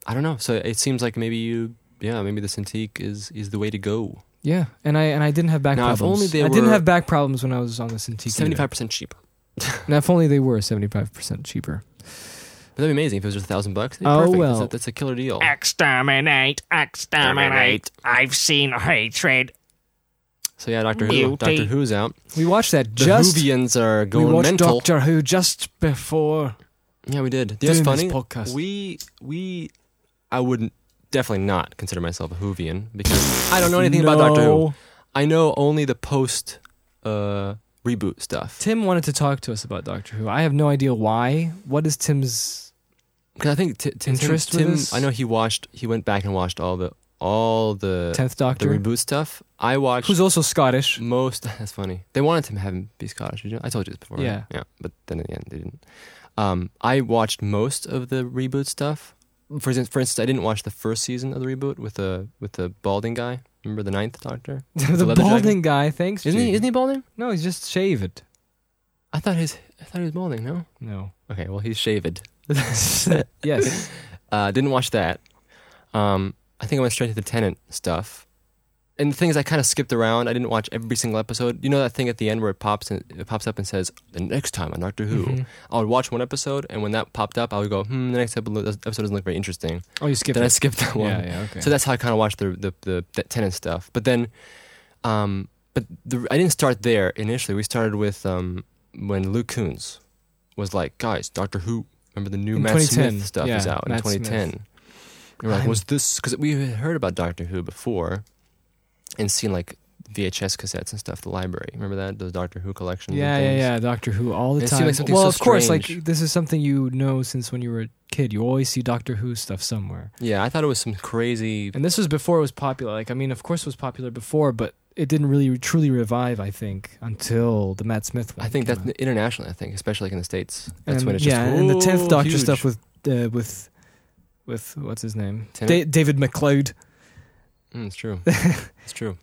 Speaker 2: I don't know. So it seems like maybe you, yeah, maybe the Cintiq is is the way to go.
Speaker 1: yeah, and I and I didn't have back
Speaker 2: Now, if
Speaker 1: problems.
Speaker 2: only they
Speaker 1: I didn't
Speaker 2: were-
Speaker 1: have back problems when I was on the Cintiq. either.
Speaker 2: Seventy five percent cheaper.
Speaker 1: Now, if only they were 75 percent cheaper.
Speaker 2: But that'd be amazing if it was just a thousand bucks. Hey,
Speaker 1: Oh,
Speaker 2: perfect.
Speaker 1: well.
Speaker 2: that's a, that's a killer deal.
Speaker 4: Exterminate, exterminate. I've seen hatred.
Speaker 2: So yeah, Doctor Who, Doctor
Speaker 4: Beauty.
Speaker 2: Who's out.
Speaker 1: We watched that
Speaker 2: The
Speaker 1: just.
Speaker 2: Whovians are
Speaker 1: we
Speaker 2: going
Speaker 1: watched
Speaker 2: mental.
Speaker 1: Doctor Who just before
Speaker 2: yeah, we did. You know
Speaker 1: doing
Speaker 2: what's
Speaker 1: this
Speaker 2: funny?
Speaker 1: podcast.
Speaker 2: We we I wouldn't definitely not consider myself a Whovian because I don't know anything about Doctor Who.
Speaker 1: No.
Speaker 2: I know only the post uh, reboot stuff
Speaker 1: Tim wanted to talk to us about Doctor Who. I have no idea why. What is Tim's?
Speaker 2: because I think t- Tim, Tim,
Speaker 1: Interest with
Speaker 2: Tim
Speaker 1: this?
Speaker 2: I know he watched. He went back and watched all the all Uh, the
Speaker 1: Tenth
Speaker 2: the
Speaker 1: Doctor,
Speaker 2: reboot Mm, stuff. I watched
Speaker 1: who's also Scottish. (laughs)
Speaker 2: most. (laughs) That's funny. They wanted to have him be Scottish. did you know? I told you this before. right?
Speaker 1: Yeah.
Speaker 2: yeah. But then in the end, they didn't. Um, I watched most of the reboot stuff. For instance, for instance, I didn't watch the first season of the reboot with the with the balding guy. Remember the ninth Doctor?
Speaker 1: the
Speaker 2: leather
Speaker 1: balding
Speaker 2: jacket?
Speaker 1: guy, thanks.
Speaker 2: Isn't he?
Speaker 1: Judy.
Speaker 2: Isn't he balding?
Speaker 1: No, he's just shaved.
Speaker 2: I thought his I thought he was balding. No.
Speaker 1: No.
Speaker 2: Okay. Well, he's (laughs) shaved.
Speaker 1: Yes.
Speaker 2: Uh, didn't watch that. Um, I think I went straight to the Tenant stuff. And the thing is, I kind of skipped around. I didn't watch every single episode. You know that thing at the end where it pops and it pops up and says, "The next time on Doctor (laughs) Who."
Speaker 1: Mm-hmm.
Speaker 2: I would watch one episode, and when that popped up, I would go, "Hmm, the next epi- episode doesn't look very interesting."
Speaker 1: oh, you skipped
Speaker 2: Then I
Speaker 1: it.
Speaker 2: skipped that one.
Speaker 1: Yeah, yeah, okay.
Speaker 2: So that's how I kind of watched the the, the the Tenant stuff. But then, um, but the, I didn't start there initially. We started with um when Luke Coons was like, "Guys, Doctor Who." Remember the new
Speaker 1: In
Speaker 2: Matt
Speaker 1: 2010,
Speaker 2: Smith stuff is
Speaker 1: yeah,
Speaker 2: out in
Speaker 1: Matt Smith.
Speaker 2: 2010. And we're like,
Speaker 1: I'm-
Speaker 2: was this because we had heard about Doctor Who before and seen like VHS cassettes and stuff, at the library. Remember that? Those Doctor Who collections.
Speaker 1: yeah,
Speaker 2: and
Speaker 1: yeah,
Speaker 2: things?
Speaker 1: yeah. Doctor Who all the
Speaker 2: It seemed
Speaker 1: time.
Speaker 2: like something
Speaker 1: well,
Speaker 2: so
Speaker 1: of course, like
Speaker 2: strange.
Speaker 1: this is something you know since when you were a kid. You always see Doctor Who stuff somewhere.
Speaker 2: Yeah, I thought it was some crazy.
Speaker 1: And this was before it was popular. Like, I mean, of course, it was popular before, but it didn't really truly revive. I think until the Matt Smith one.
Speaker 2: I think
Speaker 1: came
Speaker 2: that's
Speaker 1: out.
Speaker 2: internationally. I think, especially like in the states, that's
Speaker 1: And-
Speaker 2: when it's
Speaker 1: Um, yeah,
Speaker 2: just
Speaker 1: and the
Speaker 2: "Whoa,
Speaker 1: tenth Doctor
Speaker 2: huge."
Speaker 1: stuff with uh, with with what's his name, da-
Speaker 2: Tennant?
Speaker 1: David McLeod.
Speaker 2: Mm, it's
Speaker 1: (laughs)
Speaker 2: true. it's true.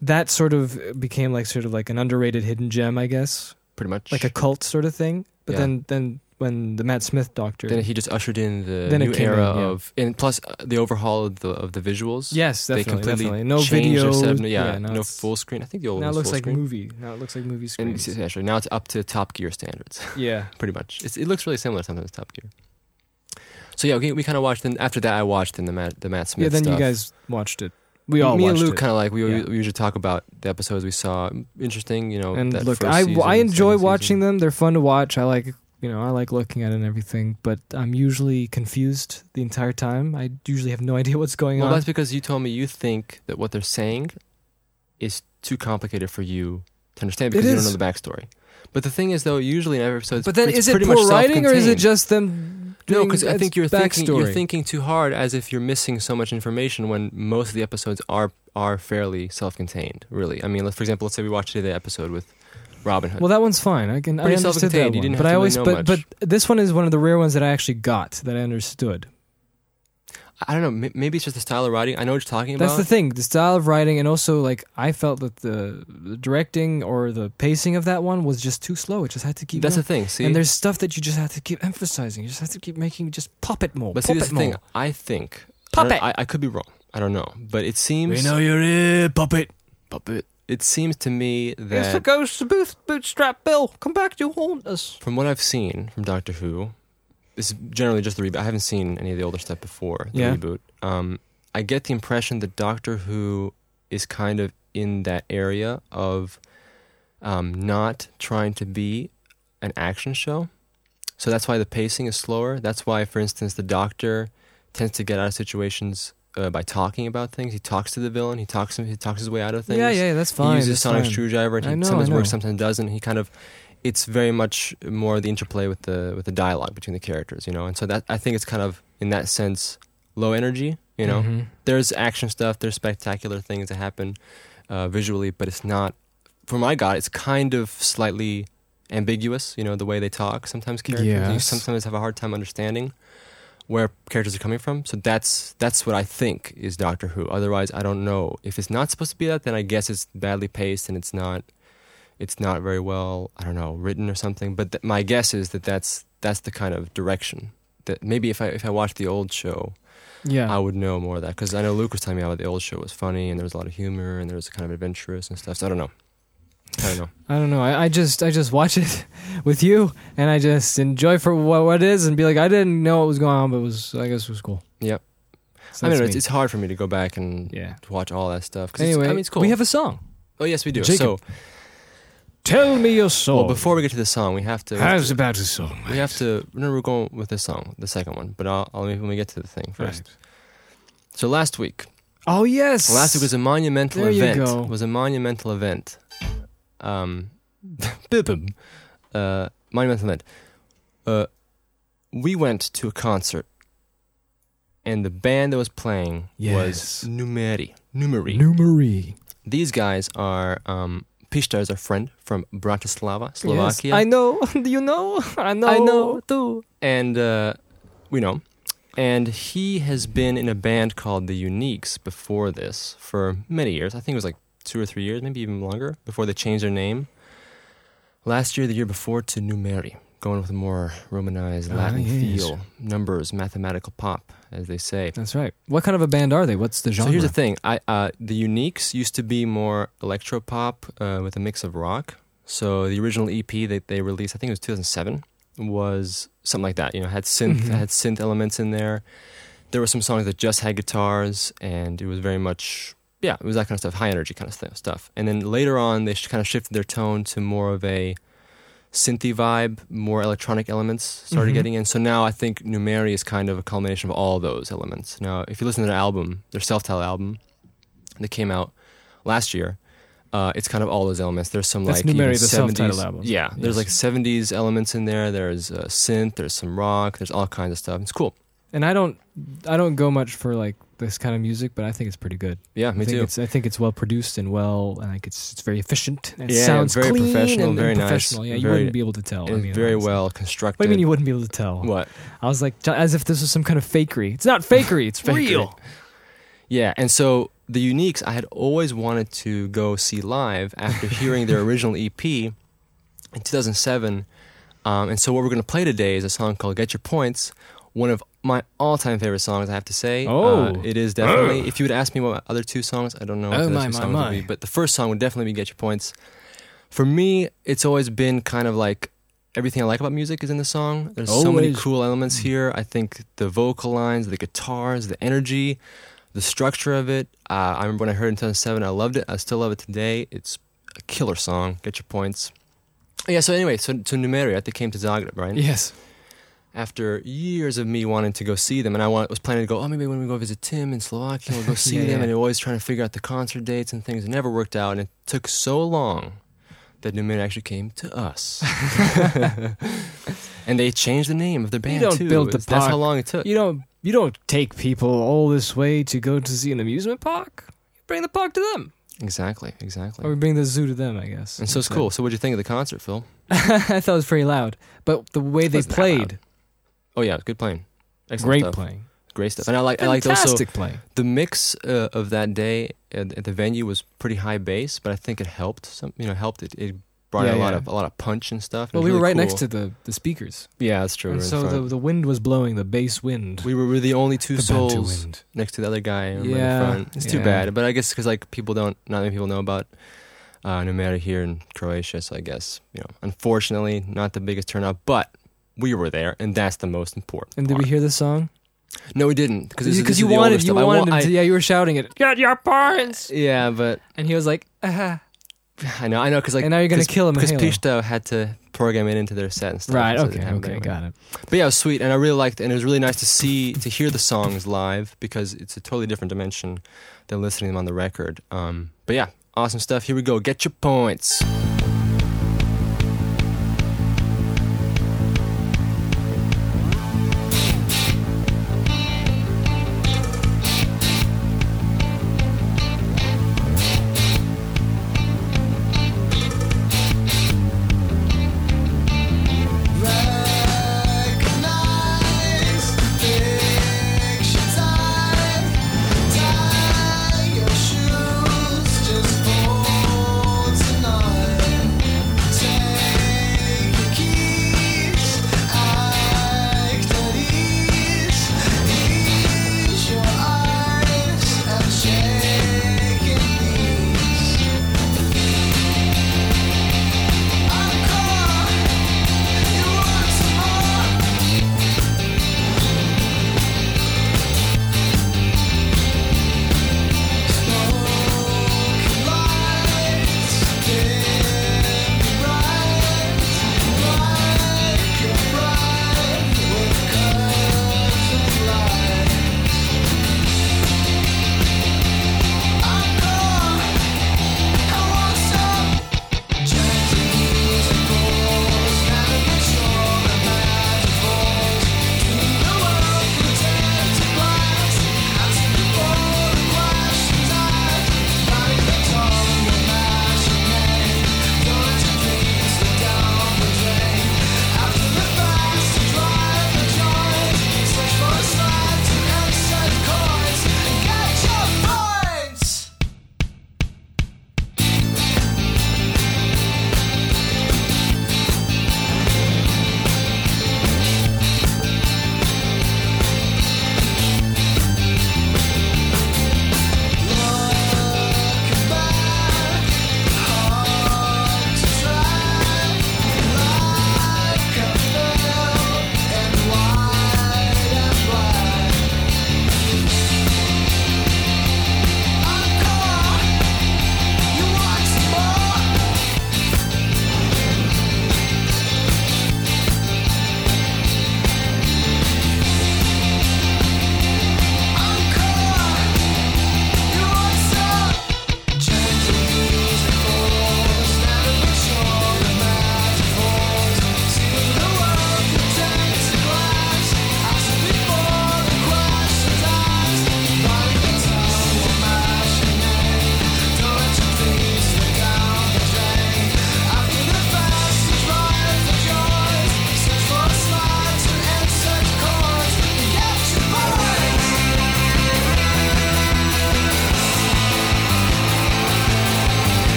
Speaker 1: That sort of became like sort of like an underrated hidden gem, I guess,
Speaker 2: Pretty much.
Speaker 1: like a cult sort of thing. But
Speaker 2: Yeah.
Speaker 1: then then when the Matt Smith Doctor,
Speaker 2: then he just ushered in the
Speaker 1: Then it
Speaker 2: new
Speaker 1: came
Speaker 2: era
Speaker 1: in, yeah.
Speaker 2: of, and plus uh, the overhaul of the of the visuals.
Speaker 1: yes,
Speaker 2: they
Speaker 1: definitely,
Speaker 2: completely
Speaker 1: definitely, no
Speaker 2: changed their
Speaker 1: video,
Speaker 2: setup. yeah,
Speaker 1: now
Speaker 2: no
Speaker 1: it's-
Speaker 2: full screen. I think the old
Speaker 1: Now
Speaker 2: one
Speaker 1: it looks
Speaker 2: was full
Speaker 1: like
Speaker 2: screen.
Speaker 1: movie. Now it looks like movie
Speaker 2: And
Speaker 1: screens.
Speaker 2: it's (laughs) actually now it's up to Top Gear standards. (laughs)
Speaker 1: yeah,
Speaker 2: pretty much. It's, it looks really similar sometimes to Top Gear. So yeah, we, we kind of watched. Then after that, I watched in the Matt the Matt Smith.
Speaker 1: yeah. Then
Speaker 2: stuff.
Speaker 1: you guys watched it. We all
Speaker 2: me
Speaker 1: watched
Speaker 2: and Luke
Speaker 1: it.
Speaker 2: kind of like we,
Speaker 1: Yeah.
Speaker 2: we usually talk about the episodes we saw. Interesting, you know.
Speaker 1: and
Speaker 2: that
Speaker 1: look,
Speaker 2: first
Speaker 1: I,
Speaker 2: season,
Speaker 1: I enjoy
Speaker 2: second season.
Speaker 1: watching them. They're fun to watch. I like you know I like looking at it and everything, but I'm usually confused the entire time. I usually have no (laughs) idea what's going
Speaker 2: Well,
Speaker 1: on.
Speaker 2: that's because you told me you think that what they're saying is too complicated for you to understand
Speaker 1: It
Speaker 2: because you don't know
Speaker 1: is.
Speaker 2: the backstory. But the thing is, though, usually in every episode, it's,
Speaker 1: but then
Speaker 2: it's
Speaker 1: is it
Speaker 2: pretty
Speaker 1: poor
Speaker 2: much
Speaker 1: writing or is it
Speaker 2: self-contained.
Speaker 1: just them?
Speaker 2: No,
Speaker 1: doing-
Speaker 2: because I
Speaker 1: it's
Speaker 2: think you're thinking you're
Speaker 1: backstory.
Speaker 2: thinking too hard, as if you're missing so much information when most of the episodes are are fairly self-contained. Really, I mean, let- for example, let's say we watched the episode with Robin Hood.
Speaker 1: Well, that one's fine. I can I
Speaker 2: Pretty
Speaker 1: understood that
Speaker 2: self-contained. You
Speaker 1: one,
Speaker 2: didn't
Speaker 1: but
Speaker 2: have
Speaker 1: I
Speaker 2: to
Speaker 1: always
Speaker 2: really know
Speaker 1: but but this one is one of the rare ones that I actually got that I understood.
Speaker 2: I don't know. may- Maybe it's just the style of writing. I know what you're talking
Speaker 1: That's
Speaker 2: about.
Speaker 1: the thing, the style of writing, and also like I felt that the, the directing or the pacing of that one was just too slow. It just had to keep.
Speaker 2: That's
Speaker 1: going.
Speaker 2: the thing. See,
Speaker 1: and there's stuff that you just have to keep emphasizing. You just have to keep making just pop it more.
Speaker 2: but
Speaker 1: pop
Speaker 2: see, this
Speaker 1: it
Speaker 2: is the thing.
Speaker 1: more.
Speaker 2: I think
Speaker 1: Pop
Speaker 2: I don't-
Speaker 1: it.
Speaker 2: I, I could be wrong. I don't know, but it seems.
Speaker 7: you're here, puppet.
Speaker 2: Puppet. It seems to me
Speaker 1: It's the
Speaker 2: that
Speaker 1: ghost booth bootstrap Bill. Come back to haunt us.
Speaker 2: from what I've seen from Doctor Who, this is generally just the reboot. I haven't seen any of the older stuff before the
Speaker 1: Yeah.
Speaker 2: reboot. Um, I get the impression that Doctor Who is kind of in that area of um, not trying to be an action show. So that's why the pacing is slower. That's why, for instance, the Doctor tends to get out of situations uh, by talking about things. He talks to the villain. He talks. He talks his way out of things.
Speaker 1: Yeah, yeah, that's fine.
Speaker 2: He uses
Speaker 1: that's
Speaker 2: sonic
Speaker 1: fine.
Speaker 2: screwdriver. And
Speaker 1: I
Speaker 2: he
Speaker 1: know,
Speaker 2: sometimes
Speaker 1: I know.
Speaker 2: works, sometimes doesn't. He kind of, it's very much more the interplay with the with the dialogue between the characters, you know. And so that I think it's kind of in that sense low energy, you know.
Speaker 1: Mhm.
Speaker 2: There's action stuff. There's spectacular things that happen uh, visually, but it's not. For my god, it's kind of slightly ambiguous, you know, the way they talk. Sometimes characters you
Speaker 1: Yes.
Speaker 2: sometimes have a hard time understanding where characters are coming from. So that's that's what I think is Doctor Who. Otherwise, I don't know if it's not supposed to be that. Then I guess it's badly paced and it's not it's not very well I don't know written or something. But th- my guess is that that's that's the kind of direction that maybe if I if I watched the old show,
Speaker 1: Yeah.
Speaker 2: I would know more of that because I know Luke was telling me how the old show was funny and there was a lot of humor and there was kind of adventurous and stuff. So I don't know. I don't know.
Speaker 1: I don't know. I, I just I just watch it (laughs) with you, and I just enjoy for what, what it is, and be like, I didn't know what was going on, but it was I guess it was cool.
Speaker 2: Yep.
Speaker 1: So
Speaker 2: I mean,
Speaker 1: that's
Speaker 2: it's,
Speaker 1: me.
Speaker 2: it's hard for me to go back and
Speaker 1: yeah.
Speaker 2: to watch all that stuff. 'cause
Speaker 1: Anyway,
Speaker 2: it's, I mean, it's cool.
Speaker 1: we have a song.
Speaker 2: oh yes, we do.
Speaker 1: Jacob,
Speaker 2: so
Speaker 7: Tell me your
Speaker 2: well,
Speaker 7: song.
Speaker 2: before we get to the song, we have to.
Speaker 7: How's about a song?
Speaker 2: we have to. No, we're going with this song, the second one. But I'll, I'll when we get to the thing first.
Speaker 7: Right.
Speaker 2: So last week,
Speaker 1: Oh yes.
Speaker 2: last week was a monumental
Speaker 1: There you
Speaker 2: event.
Speaker 1: go.
Speaker 2: Was a monumental event. Um, (laughs) boop, boop. uh, monumental event. Uh, we went to a concert, and the band that was playing
Speaker 7: Yes.
Speaker 2: was Numeri. Numeri.
Speaker 1: Numery.
Speaker 2: These guys are um, Pista is a friend from Bratislava, Slovakia.
Speaker 1: I know. (laughs) Do you know? I know.
Speaker 2: I know,
Speaker 1: too.
Speaker 2: and uh, we know. And he has been in a band called the Uniques before this for many years. I think it was like two or three years, maybe even longer, before they changed their name. Last year, the year before, to Numeri, going with a more Romanized Latin
Speaker 1: yes.
Speaker 2: feel, numbers, mathematical pop, as they say.
Speaker 1: That's right. What kind of a band are they? What's the genre?
Speaker 2: So here's the thing: I uh, the Uniques used to be more electropop uh, with a mix of rock. So the original EP that they released, I think it was 2007, was something like that. You know, had synth
Speaker 1: Mhm.
Speaker 2: had synth elements in there. There were some songs that just had guitars, and it was very much yeah, it was that kind of stuff, high energy kind of stu- stuff. And then later on, they sh- kind of shifted their tone to more of a synthy vibe, more electronic elements started
Speaker 1: Mhm.
Speaker 2: getting in. So now I think Numeri is kind of a culmination of all those elements. Now, if you listen to their album, their self-titled album that came out last year, uh, it's kind of all those elements. There's some
Speaker 1: That's
Speaker 2: like even
Speaker 1: Numeri, the
Speaker 2: 70s
Speaker 1: self-titled album.
Speaker 2: Yeah,
Speaker 1: Yes.
Speaker 2: there's like 70s elements in there. There's uh, synth. There's some rock. There's all kinds of stuff. It's cool.
Speaker 1: and I don't, I don't go much for like this kind of music, but I think it's pretty good.
Speaker 2: Yeah,
Speaker 1: I
Speaker 2: me
Speaker 1: think
Speaker 2: too.
Speaker 1: It's, I think it's well produced and well, and like it's it's very efficient. and It
Speaker 2: Yeah,
Speaker 1: sounds
Speaker 2: very
Speaker 1: clean and,
Speaker 2: professional, very
Speaker 1: and
Speaker 2: nice,
Speaker 1: professional. Yeah, you
Speaker 2: very-
Speaker 1: wouldn't be able to tell. I mean,
Speaker 2: It's very
Speaker 1: honestly.
Speaker 2: well constructed.
Speaker 1: What do you mean you wouldn't be able to tell?
Speaker 2: What?
Speaker 1: I was like, as if this was some kind of fakery. It's not fakery. It's
Speaker 2: Fakery.
Speaker 1: real.
Speaker 2: Yeah, and so the Uniques, I had always wanted to go see live after hearing their original EP in 2007. Um, and so what we're going to play today is a song called "Get Your Points," one of my all-time favorite songs. I have to say, Uh,
Speaker 1: Oh.
Speaker 2: it is definitely. If you would ask me what my other two songs, I don't know
Speaker 1: Oh,
Speaker 2: what the other
Speaker 1: my,
Speaker 2: two
Speaker 1: my,
Speaker 2: songs
Speaker 1: my.
Speaker 2: would be, but the first song would definitely be "Get Your Points." For me, it's always been kind of like everything I like about music is in the song. There's so many
Speaker 7: Always.
Speaker 2: cool elements here. I think the vocal lines, the guitars, the energy, the structure of it. Uh, I remember when I heard it in 2007, I loved it. I still love it today. It's a killer song. Get your points. Yeah. So anyway, so to Numeria, they came to Zagreb, right?
Speaker 1: Yes.
Speaker 2: After years of me wanting to go see them, and I wa- was planning to go. Oh, maybe when we go visit Tim in
Speaker 1: (laughs)
Speaker 2: Slovakia, we'll go see
Speaker 1: Yeah,
Speaker 2: them.
Speaker 1: yeah.
Speaker 2: And always trying to figure out the concert dates and things. It never worked out, and it took so long that Numeria actually came to
Speaker 1: (laughs)
Speaker 2: us. and they changed the name of their band
Speaker 1: don't
Speaker 2: too.
Speaker 1: build the
Speaker 2: It's- That's how
Speaker 1: park.
Speaker 2: long it took.
Speaker 1: You don't you don't take people all this way to go to see an amusement park. You bring the park to them,
Speaker 2: Exactly. Exactly.
Speaker 1: or we bring the zoo to them, I guess.
Speaker 2: and so it's cool. So, what'd you think of the concert, Phil?
Speaker 1: (laughs) I thought it was pretty loud, but the way they
Speaker 2: wasn't that loud.
Speaker 1: played,
Speaker 2: Oh yeah, it was good playing. Excellent
Speaker 1: great
Speaker 2: stuff.
Speaker 1: playing.
Speaker 2: great stuff. And I like I liked also
Speaker 1: Fantastic play.
Speaker 2: the mix uh, of that day at, at the venue was pretty high bass, but I think it helped. Some you know helped it. it brought
Speaker 1: Yeah,
Speaker 2: in a lot
Speaker 1: yeah.
Speaker 2: of a lot of punch and stuff. and
Speaker 1: Well, we
Speaker 2: it was
Speaker 1: were
Speaker 2: really
Speaker 1: right next
Speaker 2: cool.
Speaker 1: to the, the speakers,
Speaker 2: Yeah, that's true. We
Speaker 1: and
Speaker 2: were in
Speaker 1: so
Speaker 2: front.
Speaker 1: the, the wind was blowing the bass wind.
Speaker 2: We were, we were the only two
Speaker 1: The bantu
Speaker 2: souls
Speaker 1: wind.
Speaker 2: next to the other guy. um, right
Speaker 1: Yeah,
Speaker 2: in front. it's too
Speaker 1: yeah.
Speaker 2: bad. But I guess because like people don't, not many people know about uh, Numera here in Croatia. So I guess you know, unfortunately, not the biggest turnout. But we were there, and that's the most important.
Speaker 1: And did we
Speaker 2: part.
Speaker 1: hear the song?
Speaker 2: No, we didn't because
Speaker 1: You- you wanted you wanted him to, yeah you were shouting it,
Speaker 3: Get your parts.
Speaker 2: yeah, but
Speaker 1: and he was like, ah.
Speaker 2: I know, I know, because like
Speaker 1: and now you're gonna kill him in
Speaker 2: because
Speaker 1: Halo.
Speaker 2: Pishto had to program it into their set and stuff.
Speaker 1: Right.
Speaker 2: so they
Speaker 1: Okay.
Speaker 2: have it
Speaker 1: Okay.
Speaker 2: that way.
Speaker 1: Got it.
Speaker 2: But yeah, it was sweet, and I really liked, it, and it was really nice to see to hear the songs live because it's a totally different dimension than listening to them on the record. Um, but yeah, awesome stuff. Here we go. Get your points.
Speaker 8: Tie your shoes just for tonight.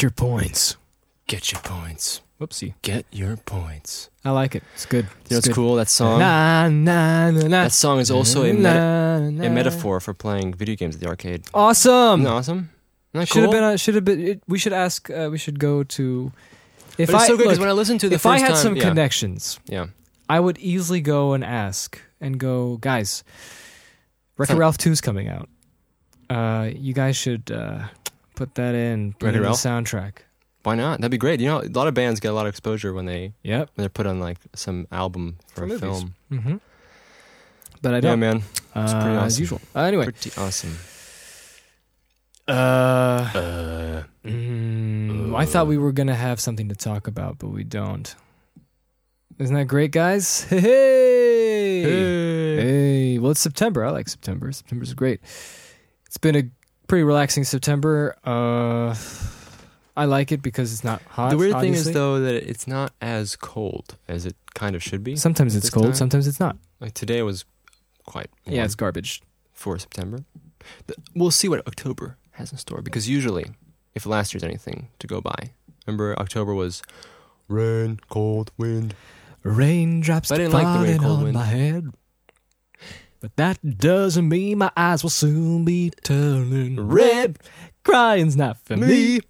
Speaker 7: your points.
Speaker 3: Get your points.
Speaker 1: Whoopsie.
Speaker 3: Get your points.
Speaker 1: I like it. It's good. It's,
Speaker 2: You know, it's
Speaker 1: good.
Speaker 2: cool that song.
Speaker 1: Na, na, na, na.
Speaker 2: That song is also a, meta-
Speaker 1: Na, na.
Speaker 2: a metaphor for playing video games at the arcade.
Speaker 1: Awesome.
Speaker 2: Isn't that awesome? Isn't that
Speaker 1: Should have
Speaker 2: cool?
Speaker 1: been. A, should have been. It, we should ask. Uh, we should go to. If
Speaker 2: But it's
Speaker 1: I
Speaker 2: so good because
Speaker 1: look,
Speaker 2: when I listened to it the
Speaker 1: if
Speaker 2: first
Speaker 1: I had
Speaker 2: time,
Speaker 1: some
Speaker 2: yeah,
Speaker 1: connections,
Speaker 2: yeah,
Speaker 1: I would easily go and ask and go, guys. Wreck-It
Speaker 2: Huh.
Speaker 1: Ralph 2's coming out. Uh, you guys should uh, put that in. Put
Speaker 2: Wreck-It
Speaker 1: it in the
Speaker 2: Ralph?
Speaker 1: soundtrack.
Speaker 2: why not? That'd be great. You know, a lot of bands get a lot of exposure when they
Speaker 1: Yep.
Speaker 2: when they're put on like some album for,
Speaker 1: For
Speaker 2: a
Speaker 1: movies.
Speaker 2: film.
Speaker 1: Mm-hmm. But I
Speaker 2: Yeah,
Speaker 1: don't.
Speaker 2: man,
Speaker 1: uh,
Speaker 2: it's pretty
Speaker 1: As
Speaker 2: awesome.
Speaker 1: usual. Uh, anyway,
Speaker 2: pretty awesome.
Speaker 7: Uh,
Speaker 1: Mm,
Speaker 2: uh.
Speaker 1: I thought we were gonna have something to talk about, but we don't. Isn't that great, guys? (laughs) Hey, hey, Hey. Well, it's September. I like September. September's great. It's been a pretty relaxing September. Uh, I like it because it's not hot.
Speaker 2: the weird thing
Speaker 1: obviously.
Speaker 2: is though that it's not as cold as it kind of should be.
Speaker 1: sometimes it's
Speaker 2: this
Speaker 1: cold,
Speaker 2: time-
Speaker 1: sometimes it's not.
Speaker 2: Like today was quite warm
Speaker 1: Yeah, it's garbage.
Speaker 2: for September. But we'll see what October has in store because usually, if last year's anything to go by, remember October was rain, cold, wind.
Speaker 7: Raindrops
Speaker 2: But I didn't like the rain,
Speaker 7: falling
Speaker 2: cold
Speaker 7: on
Speaker 2: wind.
Speaker 7: my head. But that doesn't mean my eyes will soon be turning
Speaker 2: Red
Speaker 7: red. Crying's not for me,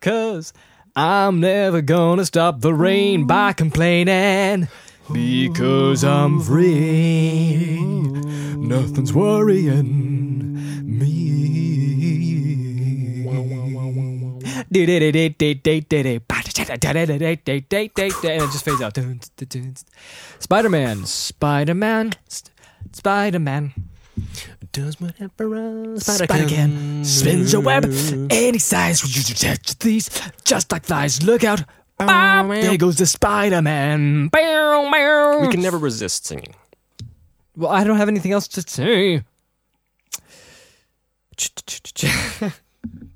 Speaker 7: cause I'm never gonna stop the rain by complaining. Because I'm free, nothing's worrying me.
Speaker 1: and it just fades out. Spider Man, Spider Man, Spider Man.
Speaker 2: does whatever else.
Speaker 7: Spider can spins your web any size. You just touch these just like flies. Look out! Bam! There goes the Spider Man.
Speaker 2: We can never resist singing.
Speaker 1: Well, I don't have anything else to say.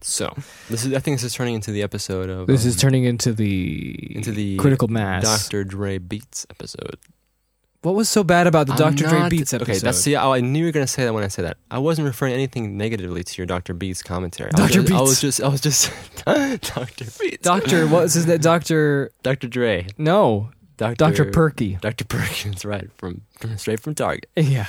Speaker 2: So this is. I think this is turning into the episode of
Speaker 1: This
Speaker 2: um,
Speaker 1: is turning into the
Speaker 2: into the
Speaker 1: critical mass.
Speaker 2: Dr. Dre beats episode.
Speaker 1: What was so bad about the
Speaker 2: I'm
Speaker 1: Dr. Dre
Speaker 2: not-
Speaker 1: beats episode?
Speaker 2: Okay, that's the. Oh, I knew you were gonna say that when I said that. I wasn't referring anything negatively to your Dr. Beats commentary. I was
Speaker 1: Dr.
Speaker 2: just- I was
Speaker 1: Beats.
Speaker 2: just. I was just. (laughs) Dr. Beats.
Speaker 1: Doctor. What was his name? Doctor.
Speaker 2: Dr. Dre.
Speaker 1: No,
Speaker 2: Dr.
Speaker 1: Doctor Perky.
Speaker 2: Dr. Perkins, right from, from straight from Target.
Speaker 1: Yeah.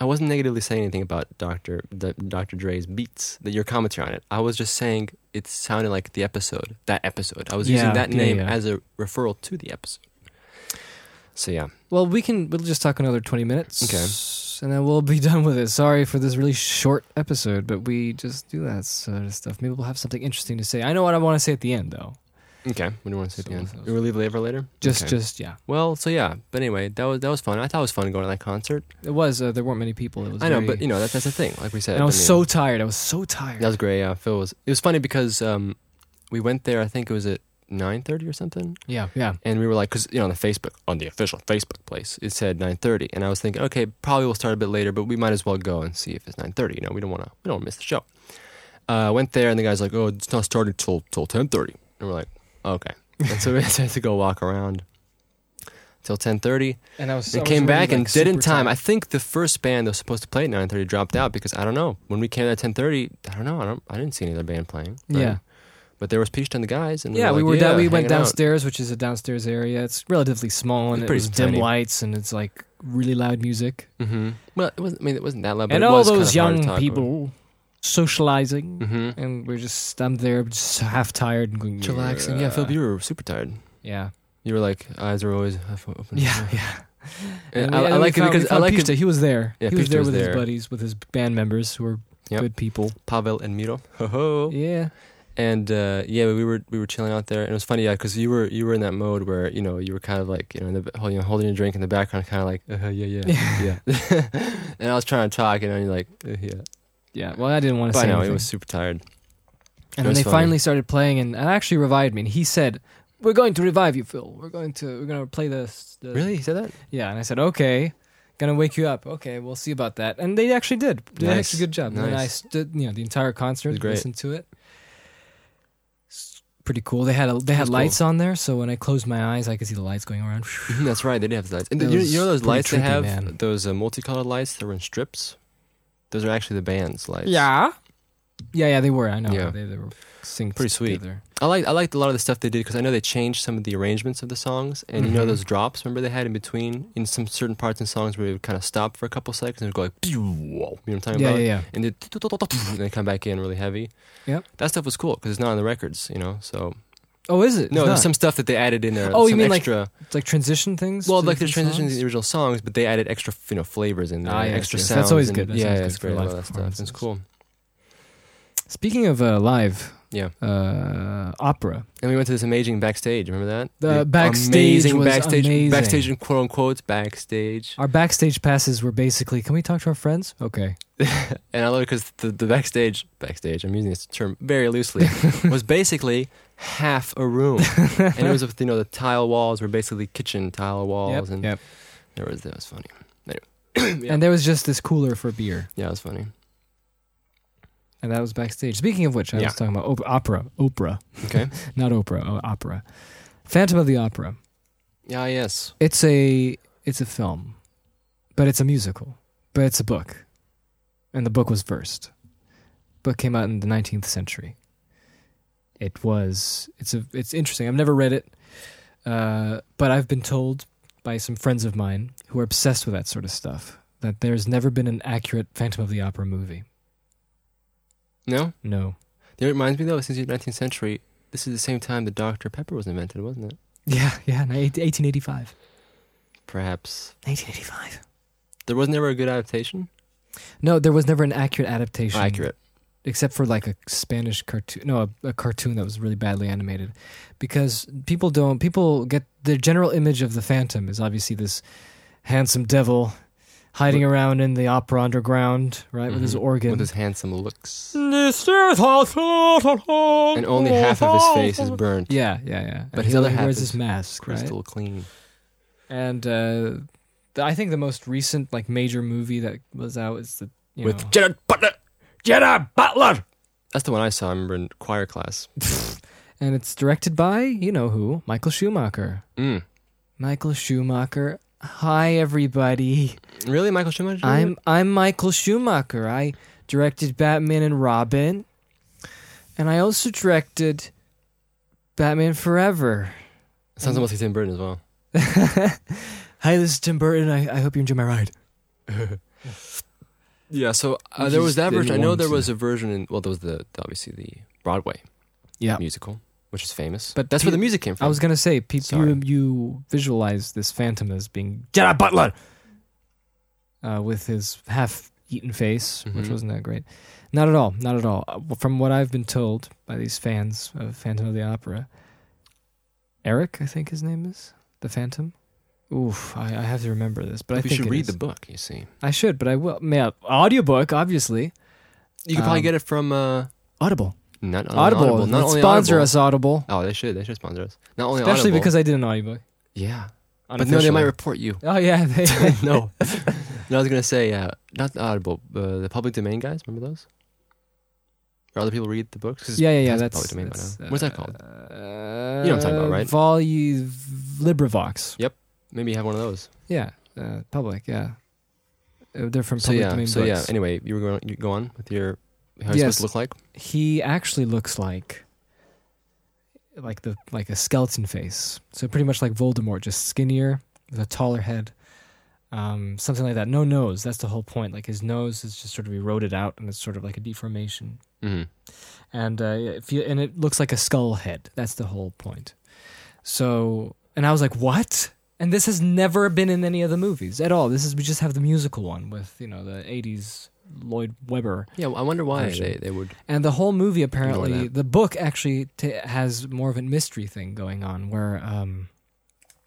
Speaker 2: I wasn't negatively saying anything about Dr. The, Dr. Dre's beats, that your commentary on it. I was just saying it sounded like the episode, that episode. I was
Speaker 1: Yeah,
Speaker 2: using that
Speaker 1: yeah,
Speaker 2: name
Speaker 1: yeah.
Speaker 2: as a referral to the episode. So yeah,
Speaker 1: Well, we can. We'll just talk another twenty minutes.
Speaker 2: Okay.
Speaker 1: And then we'll be (laughs) done with it. Sorry for this really short episode, but we just do that sort of stuff. Maybe we'll have something interesting to say. I know what I want to say at the end, though.
Speaker 2: okay. What do you want to say at the
Speaker 1: So-
Speaker 2: end? You will leave later later.
Speaker 1: Just,
Speaker 2: Okay.
Speaker 1: just yeah.
Speaker 2: well, so yeah. But anyway, that was that was fun. I thought it was fun going to that concert.
Speaker 1: It was. Uh, there weren't many people. It was.
Speaker 2: I know,
Speaker 1: very-
Speaker 2: but you know that, that's the thing. Like we said,
Speaker 1: And I was
Speaker 2: mean-
Speaker 1: so tired. I was so tired.
Speaker 2: That was great. Yeah, Phil was. It was funny because um, we went there. I think it was at nine thirty or something,
Speaker 1: yeah, yeah.
Speaker 2: and we were like, because you know, on the Facebook, on the official Facebook place, it said nine thirty, and I was thinking, okay, probably we'll start a bit later, but we might as well go and see if it's nine thirty. You know, we don't want to, we don't wanna miss the show. Uh, went there, and the guy's like, oh, it's not starting till till ten thirty, and we're like, okay, and so we (laughs) had to go walk around till ten thirty.
Speaker 1: And I was. I was
Speaker 2: And came
Speaker 1: already,
Speaker 2: back and
Speaker 1: like,
Speaker 2: did in
Speaker 1: super
Speaker 2: time.
Speaker 1: tired.
Speaker 2: I think the first band that was supposed to play at nine thirty dropped out because I don't know when we came at ten thirty. I don't know. I don't. I didn't see any other band playing. right?
Speaker 1: Yeah.
Speaker 2: but there was Peach and the guys, and
Speaker 1: yeah,
Speaker 2: we
Speaker 1: we
Speaker 2: were,
Speaker 1: were
Speaker 2: like,
Speaker 1: down,
Speaker 2: yeah,
Speaker 1: we went
Speaker 2: hanging out.
Speaker 1: downstairs, which is a downstairs area. It's relatively small and
Speaker 2: It's
Speaker 1: it's
Speaker 2: pretty
Speaker 1: dim
Speaker 2: tiny.
Speaker 1: lights and it's like really loud music.
Speaker 2: hmm Well, it wasn't. I mean, it wasn't that loud. But
Speaker 1: and
Speaker 2: it
Speaker 1: all
Speaker 2: was kind
Speaker 1: those
Speaker 2: of hard to
Speaker 1: young
Speaker 2: talk
Speaker 1: people socializing.
Speaker 2: Over. hmm
Speaker 1: And we're just I'm there, just half tired and going
Speaker 2: Chillaxing. Mm-hmm. Yeah, Phil, you were super tired.
Speaker 1: Yeah,
Speaker 2: You were like eyes are always half open.
Speaker 1: (laughs)
Speaker 2: (laughs)
Speaker 1: yeah, yeah.
Speaker 2: And
Speaker 1: we-
Speaker 2: I, I
Speaker 1: we
Speaker 2: like it
Speaker 1: found- we
Speaker 2: because I
Speaker 1: found
Speaker 2: like it.
Speaker 1: Pista. He was there.
Speaker 2: Yeah,
Speaker 1: he was
Speaker 2: Pista
Speaker 1: there
Speaker 2: was
Speaker 1: with
Speaker 2: there.
Speaker 1: his buddies, with his band members, who were
Speaker 2: Yep.
Speaker 1: good people.
Speaker 2: Pavel and Miro. (laughs) Ho ho.
Speaker 1: Yeah,
Speaker 2: and uh, yeah, we were we were chilling out there, and it was funny, yeah, because you were you were in that mode where you know you were kind of like you know, in the, holding, holding a drink in the background, kind of like uh, yeah yeah
Speaker 1: (laughs)
Speaker 2: yeah, (laughs) and I was trying to talk, and then you're like uh, yeah,
Speaker 1: yeah. Well, I didn't want to
Speaker 2: but
Speaker 1: say
Speaker 2: I know
Speaker 1: anything.
Speaker 2: it was super tired.
Speaker 1: and
Speaker 2: it
Speaker 1: then
Speaker 2: was
Speaker 1: they
Speaker 2: funny.
Speaker 1: finally started playing, and it actually revived me. And he said, "We're going to revive you, Phil. We're going to we're going to play this. The,
Speaker 2: Really, he said that?
Speaker 1: Yeah, and I said, okay, gonna wake you up. Okay, we'll see about that. And they actually did. They did
Speaker 2: Nice.
Speaker 1: actually good job. And then I
Speaker 2: Nice.
Speaker 1: stood, you know, the entire
Speaker 2: It
Speaker 1: concert,
Speaker 2: was great.
Speaker 1: listened to it. It's pretty cool. They had a, they
Speaker 2: was
Speaker 1: had
Speaker 2: cool.
Speaker 1: lights on there, so when I closed my eyes, I could see the lights going around.
Speaker 2: Mhm, (laughs) That's right, they did have the lights, and
Speaker 1: That
Speaker 2: you,
Speaker 1: was
Speaker 2: you know those
Speaker 1: pretty
Speaker 2: lights they
Speaker 1: trippy,
Speaker 2: have,
Speaker 1: man.
Speaker 2: those uh, multicolored lights that were in strips. Those are actually the band's lights.
Speaker 1: Yeah, yeah, they were. I know.
Speaker 2: Yeah.
Speaker 1: They, they were synced
Speaker 2: Pretty sweet.
Speaker 1: together.
Speaker 2: I liked I liked a lot of the stuff they did because I know they changed some of the arrangements of the songs, and you know
Speaker 1: Mhm.
Speaker 2: those drops. Remember they had in between in some certain parts in songs where it would kind of stop for a couple seconds and it'd go like, (laughs) "Pew," you know what I'm talking
Speaker 1: Yeah,
Speaker 2: about?
Speaker 1: yeah, yeah.
Speaker 2: And then (laughs) and they come back in really heavy.
Speaker 1: Yep.
Speaker 2: that stuff was cool because it's not on the records, you know. So
Speaker 1: Oh, is it?
Speaker 2: no,
Speaker 1: It's
Speaker 2: there's
Speaker 1: not.
Speaker 2: some stuff that they added in there.
Speaker 1: Oh, you
Speaker 2: some
Speaker 1: mean, like,
Speaker 2: extra,
Speaker 1: It's like transition things.
Speaker 2: well,
Speaker 1: to
Speaker 2: like the
Speaker 1: different
Speaker 2: transitions in
Speaker 1: songs?
Speaker 2: the original songs, but they added extra you know flavors in there,
Speaker 1: Ah, yes,
Speaker 2: extra
Speaker 1: yes.
Speaker 2: sounds.
Speaker 1: That's always
Speaker 2: and-
Speaker 1: good. That's
Speaker 2: yeah,
Speaker 1: always
Speaker 2: it's
Speaker 1: good for
Speaker 2: great.
Speaker 1: live
Speaker 2: all that stuff.
Speaker 1: performances.
Speaker 2: It's cool.
Speaker 1: Speaking of uh, live,
Speaker 2: Yeah.
Speaker 1: uh, opera.
Speaker 2: And we went to this amazing backstage. Remember that?
Speaker 1: The backstage
Speaker 2: amazing
Speaker 1: was
Speaker 2: backstage,
Speaker 1: amazing.
Speaker 2: backstage in quote unquote backstage.
Speaker 1: Our backstage passes were basically. Can we talk to our friends? Okay.
Speaker 2: and I love it because the, the backstage, backstage, I'm using this term very
Speaker 1: (laughs)
Speaker 2: loosely, was basically half a room, and it was with you know the tile walls were basically kitchen tile walls, and
Speaker 1: yep.
Speaker 2: there was that was funny.
Speaker 1: And there was just this cooler for beer,
Speaker 2: Yeah, it was funny.
Speaker 1: and that was backstage. Speaking of which, I
Speaker 2: Yeah.
Speaker 1: was talking about op- opera, opera, (laughs)
Speaker 2: Okay.
Speaker 1: not Oprah, oh, opera, Phantom of the Opera.
Speaker 2: yeah. Yes.
Speaker 1: It's a it's a film, but it's a musical, but it's a book, and the book was first. Book came out in the nineteenth century. It was it's a it's interesting. I've never read it, uh, but I've been told by some friends of mine who are obsessed with that sort of stuff that there's never been an accurate Phantom of the Opera movie.
Speaker 2: No.
Speaker 1: No.
Speaker 2: It reminds me though, since the 19th century, this is the same time that Dr Pepper was invented, wasn't it?
Speaker 1: Yeah, yeah, ni- 1885.
Speaker 2: Perhaps
Speaker 1: 1885.
Speaker 2: there was never a good adaptation.
Speaker 1: No, there was never an accurate adaptation.
Speaker 2: Accurate.
Speaker 1: except for like a Spanish cartoon, no, a, a cartoon that was really badly animated, because people don't people get the general image of the Phantom is obviously this handsome devil hiding around in the opera underground, right, with his
Speaker 2: Mhm.
Speaker 1: organ.
Speaker 2: With his handsome looks, and
Speaker 1: and
Speaker 2: only half of his face
Speaker 1: (laughs)
Speaker 2: is burnt,
Speaker 1: yeah, yeah, yeah.
Speaker 2: But
Speaker 1: And
Speaker 2: his
Speaker 1: he
Speaker 2: other
Speaker 1: only
Speaker 2: half
Speaker 1: wears
Speaker 2: is
Speaker 1: this mask, right?
Speaker 2: crystal clean.
Speaker 1: And uh, th- I think the most recent like major movie that was out is the you
Speaker 2: With
Speaker 1: know,
Speaker 3: Jared Butler. Jared Butler.
Speaker 2: That's the one I saw. I remember in choir class.
Speaker 1: and it's directed by you know who Michael Schumacher.
Speaker 2: Mm.
Speaker 1: Michael Schumacher. Hi everybody.
Speaker 2: Really, Michael Schumacher?
Speaker 1: I'm I'm Michael Schumacher. I directed Batman and Robin. And I also directed Batman Forever. (laughs)
Speaker 2: sounds almost like Tim Burton as well.
Speaker 1: Hi, this is Tim Burton. I, I hope you enjoy my ride.
Speaker 2: Yeah. So uh,
Speaker 1: Which
Speaker 2: there
Speaker 1: is
Speaker 2: was that
Speaker 1: the
Speaker 2: version. I know
Speaker 1: nuance
Speaker 2: there was a version in. Well, there was the obviously the Broadway.
Speaker 1: Yeah.
Speaker 2: Musical, which is famous.
Speaker 1: But
Speaker 2: But that's where
Speaker 1: pe-
Speaker 2: the music came from.
Speaker 1: I was gonna say, pe- you
Speaker 2: Oh. Sorry.
Speaker 1: you visualize this phantom as being
Speaker 4: Gerard Butler.
Speaker 1: uh, with his half-eaten face, which
Speaker 2: Mhm.
Speaker 1: wasn't that great. Not at all. Not at all. Uh, From what I've been told by these fans of Phantom of the Opera, Eric, I think his name is the Phantom. Oof, I, I have to remember this, but I
Speaker 2: we
Speaker 1: think
Speaker 2: should
Speaker 1: it
Speaker 2: read
Speaker 1: is.
Speaker 2: the book. You see,
Speaker 1: I should, but I will. Yeah, audiobook, obviously.
Speaker 2: you can probably
Speaker 1: Um,
Speaker 2: get it from uh,
Speaker 1: Audible.
Speaker 2: not on
Speaker 1: Audible.
Speaker 2: Uh, Audible. Not
Speaker 1: let's
Speaker 2: only
Speaker 1: sponsor
Speaker 2: Audible.
Speaker 1: us, Audible.
Speaker 2: Oh, they should. They should sponsor us. Not only
Speaker 1: Especially
Speaker 2: Audible.
Speaker 1: because I did an audiobook.
Speaker 2: yeah, but no, they might report
Speaker 1: (laughs)
Speaker 2: you.
Speaker 1: Oh yeah, they,
Speaker 2: (laughs) no, no. I was gonna say uh, not Audible, uh, the public domain guys. Remember those? Or other people read the books? 'Cause
Speaker 1: yeah, yeah, yeah.
Speaker 2: past
Speaker 1: That's,
Speaker 2: public domain by
Speaker 1: that's,
Speaker 2: now. What's that called?
Speaker 1: Uh,
Speaker 2: You know what I'm talking about, right?
Speaker 1: Volu- LibriVox.
Speaker 2: Maybe you have one of those.
Speaker 1: Yeah, uh, public. Yeah, Uh, they're from
Speaker 2: So
Speaker 1: public
Speaker 2: yeah,
Speaker 1: domain
Speaker 2: so yeah.
Speaker 1: books.
Speaker 2: Anyway, you were going. You go on with your. How it's supposed
Speaker 1: Yes.
Speaker 2: to look like?
Speaker 1: He actually looks like like the like a skeleton face. So pretty much like Voldemort, just skinnier with a taller head, um, something like that. No nose. That's the whole point. Like his nose is just sort of eroded out, and it's sort of like a deformation.
Speaker 2: Mm-hmm.
Speaker 1: and uh, if you, and it looks like a skull head. That's the whole point. So, and I was like, what? And this has never been in any of the movies at all. This is we just have the musical one with you know the '80s Lloyd Webber,
Speaker 2: Yeah, well, I wonder why
Speaker 1: Version.
Speaker 2: they, they would.
Speaker 1: and the whole movie apparently
Speaker 2: that.
Speaker 1: the book actually t- has more of a mystery thing going on where um,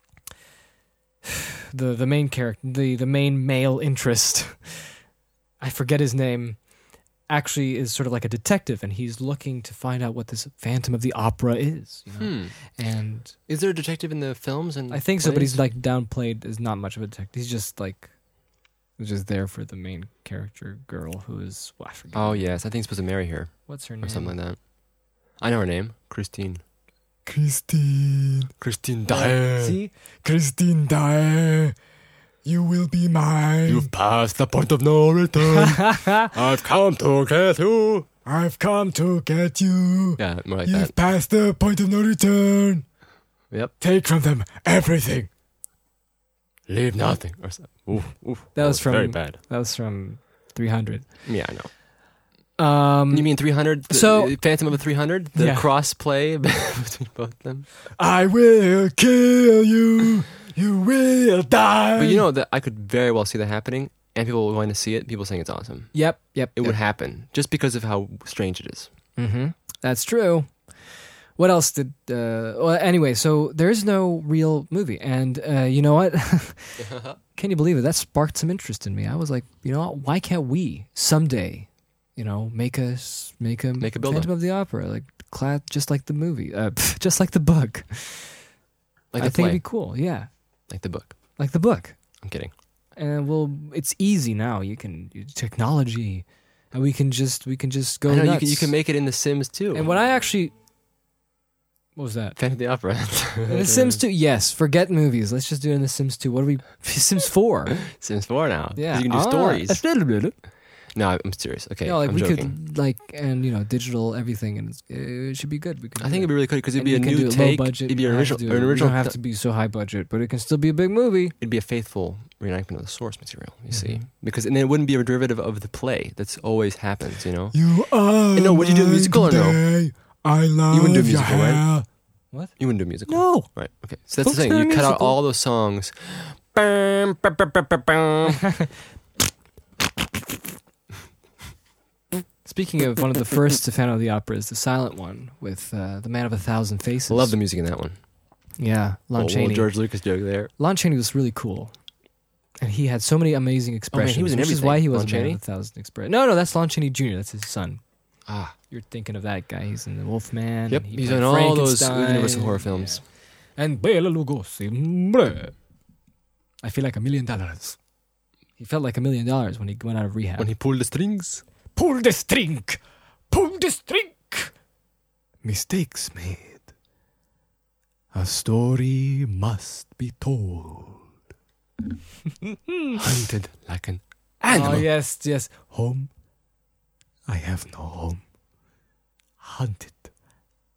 Speaker 1: (sighs) the the main character the the main male interest (laughs) I forget his name actually is sort of like a detective and he's looking to find out what this phantom of the opera is
Speaker 2: (laughs)
Speaker 1: you know? and
Speaker 2: Hmm. Is there a detective in the films? And
Speaker 1: i think so but he's
Speaker 2: plays?
Speaker 1: like downplayed as not much of a detective he's just like he's just there for the main character girl who is well, i forget
Speaker 2: Oh yes, I think he's supposed to marry her
Speaker 1: what's her
Speaker 2: or
Speaker 1: name
Speaker 2: something like that. I know her name, Christine.
Speaker 4: Christine.
Speaker 2: Christine
Speaker 1: see
Speaker 4: Christine Dyer. You will be mine. (laughs)
Speaker 2: passed the point of no return.
Speaker 3: I've come to get you.
Speaker 8: I've come to get you.
Speaker 2: Yeah, more like
Speaker 8: You've
Speaker 2: that.
Speaker 8: passed the point of no return.
Speaker 2: Yep.
Speaker 8: Take from them everything.
Speaker 2: Leave nothing. Or so. oof, oof.
Speaker 1: That was from-
Speaker 2: very bad.
Speaker 1: That was from 300.
Speaker 2: Yeah, I know.
Speaker 1: Um,
Speaker 2: You mean 300? The,
Speaker 1: So-
Speaker 2: Phantom of the 300? The
Speaker 1: Yeah.
Speaker 2: cross play (laughs) between both of them?
Speaker 8: I will kill you. You will
Speaker 1: Um,
Speaker 8: die.
Speaker 2: But you know that I could very well see that happening, and people going to see it. People saying it's awesome.
Speaker 1: yep, yep.
Speaker 2: It would happen just because of how strange it is.
Speaker 1: Mm-hmm. That's true. What else did? Uh, well, anyway, so there's no real movie, and uh, you know what? (laughs) Can you believe it? That sparked some interest in me. I was like, you know, what? why can't we someday, you know, make a s- make a
Speaker 2: Make a build-up.
Speaker 1: Phantom of the Opera like class, just like the movie, uh, (laughs) just like the book.
Speaker 2: Like
Speaker 1: I
Speaker 2: the
Speaker 1: think
Speaker 2: play,
Speaker 1: it'd be cool. Yeah,
Speaker 2: like the book.
Speaker 1: like the book.
Speaker 2: I'm kidding.
Speaker 1: And Uh, well, it's easy now. You can technology, and we can just we can just go.
Speaker 2: I know, you,
Speaker 1: nuts.
Speaker 2: can, you can make it in The Sims too.
Speaker 1: And when I actually, what was that?
Speaker 2: Phantom of the Opera, (laughs)
Speaker 1: In The Sims 2, yes. Forget movies. Let's just do it in The Sims 2. What are we? (laughs) Sims
Speaker 2: (laughs)
Speaker 1: 4.
Speaker 2: Sims Four now. 'Cause
Speaker 1: Yeah.
Speaker 2: you can do
Speaker 1: Ah. (laughs)
Speaker 2: stories. No, I'm serious. Okay,
Speaker 1: No, like
Speaker 2: I'm
Speaker 1: we
Speaker 2: joking.
Speaker 1: could like and you know digital everything and it's, it should be good. We could.
Speaker 2: I think it'd be really cool because it'd
Speaker 1: And
Speaker 2: be a
Speaker 1: you can do
Speaker 2: new
Speaker 1: it
Speaker 2: take.
Speaker 1: Low budget.
Speaker 2: It'd be
Speaker 1: You
Speaker 2: an
Speaker 1: don't have
Speaker 2: original.
Speaker 1: to do-
Speaker 2: an
Speaker 1: you
Speaker 2: original
Speaker 1: don't have to be so high budget, but it can still be a big movie.
Speaker 2: it'd be a faithful reenactment of the source material. You see,
Speaker 1: Mm-hmm.
Speaker 2: because and then it wouldn't be a derivative of the play. That's always happens. You know,
Speaker 8: You are.
Speaker 2: And no, would you do a musical or no?
Speaker 8: no? I love
Speaker 2: wouldn't do a
Speaker 8: your
Speaker 2: musical, right?
Speaker 8: hair.
Speaker 2: you wouldn't do a musical.
Speaker 1: No.
Speaker 2: Right. Okay. So
Speaker 1: Don't
Speaker 2: that's the thing.
Speaker 1: do a
Speaker 2: You cut out
Speaker 1: musical.
Speaker 2: all those songs.
Speaker 3: Bam, ba, ba, ba, ba, bam.
Speaker 1: Speaking of one of the first to Phantom of the Opera is the silent one with uh, the Man of a Thousand Faces.
Speaker 2: Love the music in that one.
Speaker 1: Yeah, Lon
Speaker 2: Old- old
Speaker 1: Chaney.
Speaker 2: George Lucas joke there.
Speaker 1: Lon Chaney was really cool, and he had so many amazing expressions.
Speaker 2: Oh, was in
Speaker 1: which is
Speaker 2: everything.
Speaker 1: why he was a
Speaker 2: Lon
Speaker 1: man
Speaker 2: Chaney?
Speaker 1: with a thousand expressions. No, no, that's Lon Chaney Jr. That's his son.
Speaker 2: Ah.
Speaker 1: You're thinking of that guy. He's in the Wolfman.
Speaker 2: Yep.
Speaker 1: and he
Speaker 2: He's
Speaker 1: played
Speaker 2: in all those
Speaker 1: Frankenstein.
Speaker 2: Universal horror films.
Speaker 1: And Bela Lugosi. mbleh. I feel like a million dollars. He felt like a million dollars when he went out of rehab.
Speaker 2: When he pulled the strings.
Speaker 7: Pull the string! Pull the string! Mistakes made. A story must be told.
Speaker 2: Hunted like an
Speaker 1: oh yes, yes.
Speaker 7: Home? I have no home. Hunted,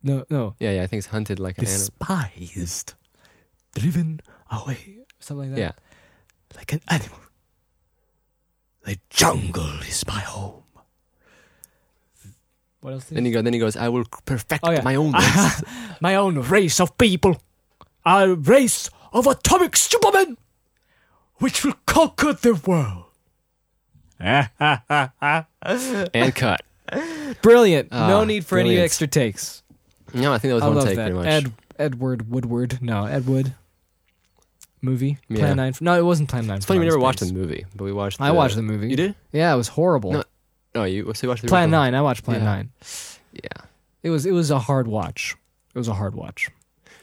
Speaker 1: No, no,
Speaker 2: yeah yeah I think it's hunted like an animal.
Speaker 7: despised, driven away
Speaker 1: something like that.
Speaker 2: Yeah.
Speaker 7: like an animal. The jungle is my home.
Speaker 1: What else? Did
Speaker 2: Then
Speaker 1: he-
Speaker 2: he go. Then he goes. I will perfect
Speaker 1: Oh, yeah.
Speaker 2: my
Speaker 1: (laughs)
Speaker 2: own. race."
Speaker 7: My own race of people. A race of atomic supermen which will conquer the world.
Speaker 2: and cut.
Speaker 1: Brilliant. no
Speaker 2: Ah,
Speaker 1: need for any
Speaker 2: brilliant.
Speaker 1: extra takes.
Speaker 2: No, I think that was
Speaker 1: I
Speaker 2: one
Speaker 1: love
Speaker 2: take
Speaker 1: that.
Speaker 2: pretty much.
Speaker 1: Ed, Edward Woodward. No, Ed Wood. Movie.
Speaker 2: Yeah.
Speaker 1: Plan Nine. No, it wasn't Plan Nine.
Speaker 2: it's funny we never watched the movie, but we watched.
Speaker 1: I watched the movie.
Speaker 2: You did?
Speaker 1: Yeah, it was horrible.
Speaker 2: No, No, you. So you watched the
Speaker 1: Plan
Speaker 2: original.
Speaker 1: Nine. I watched Plan
Speaker 2: Yeah.
Speaker 1: Nine.
Speaker 2: Yeah.
Speaker 1: It was it was a hard watch. It was a hard watch.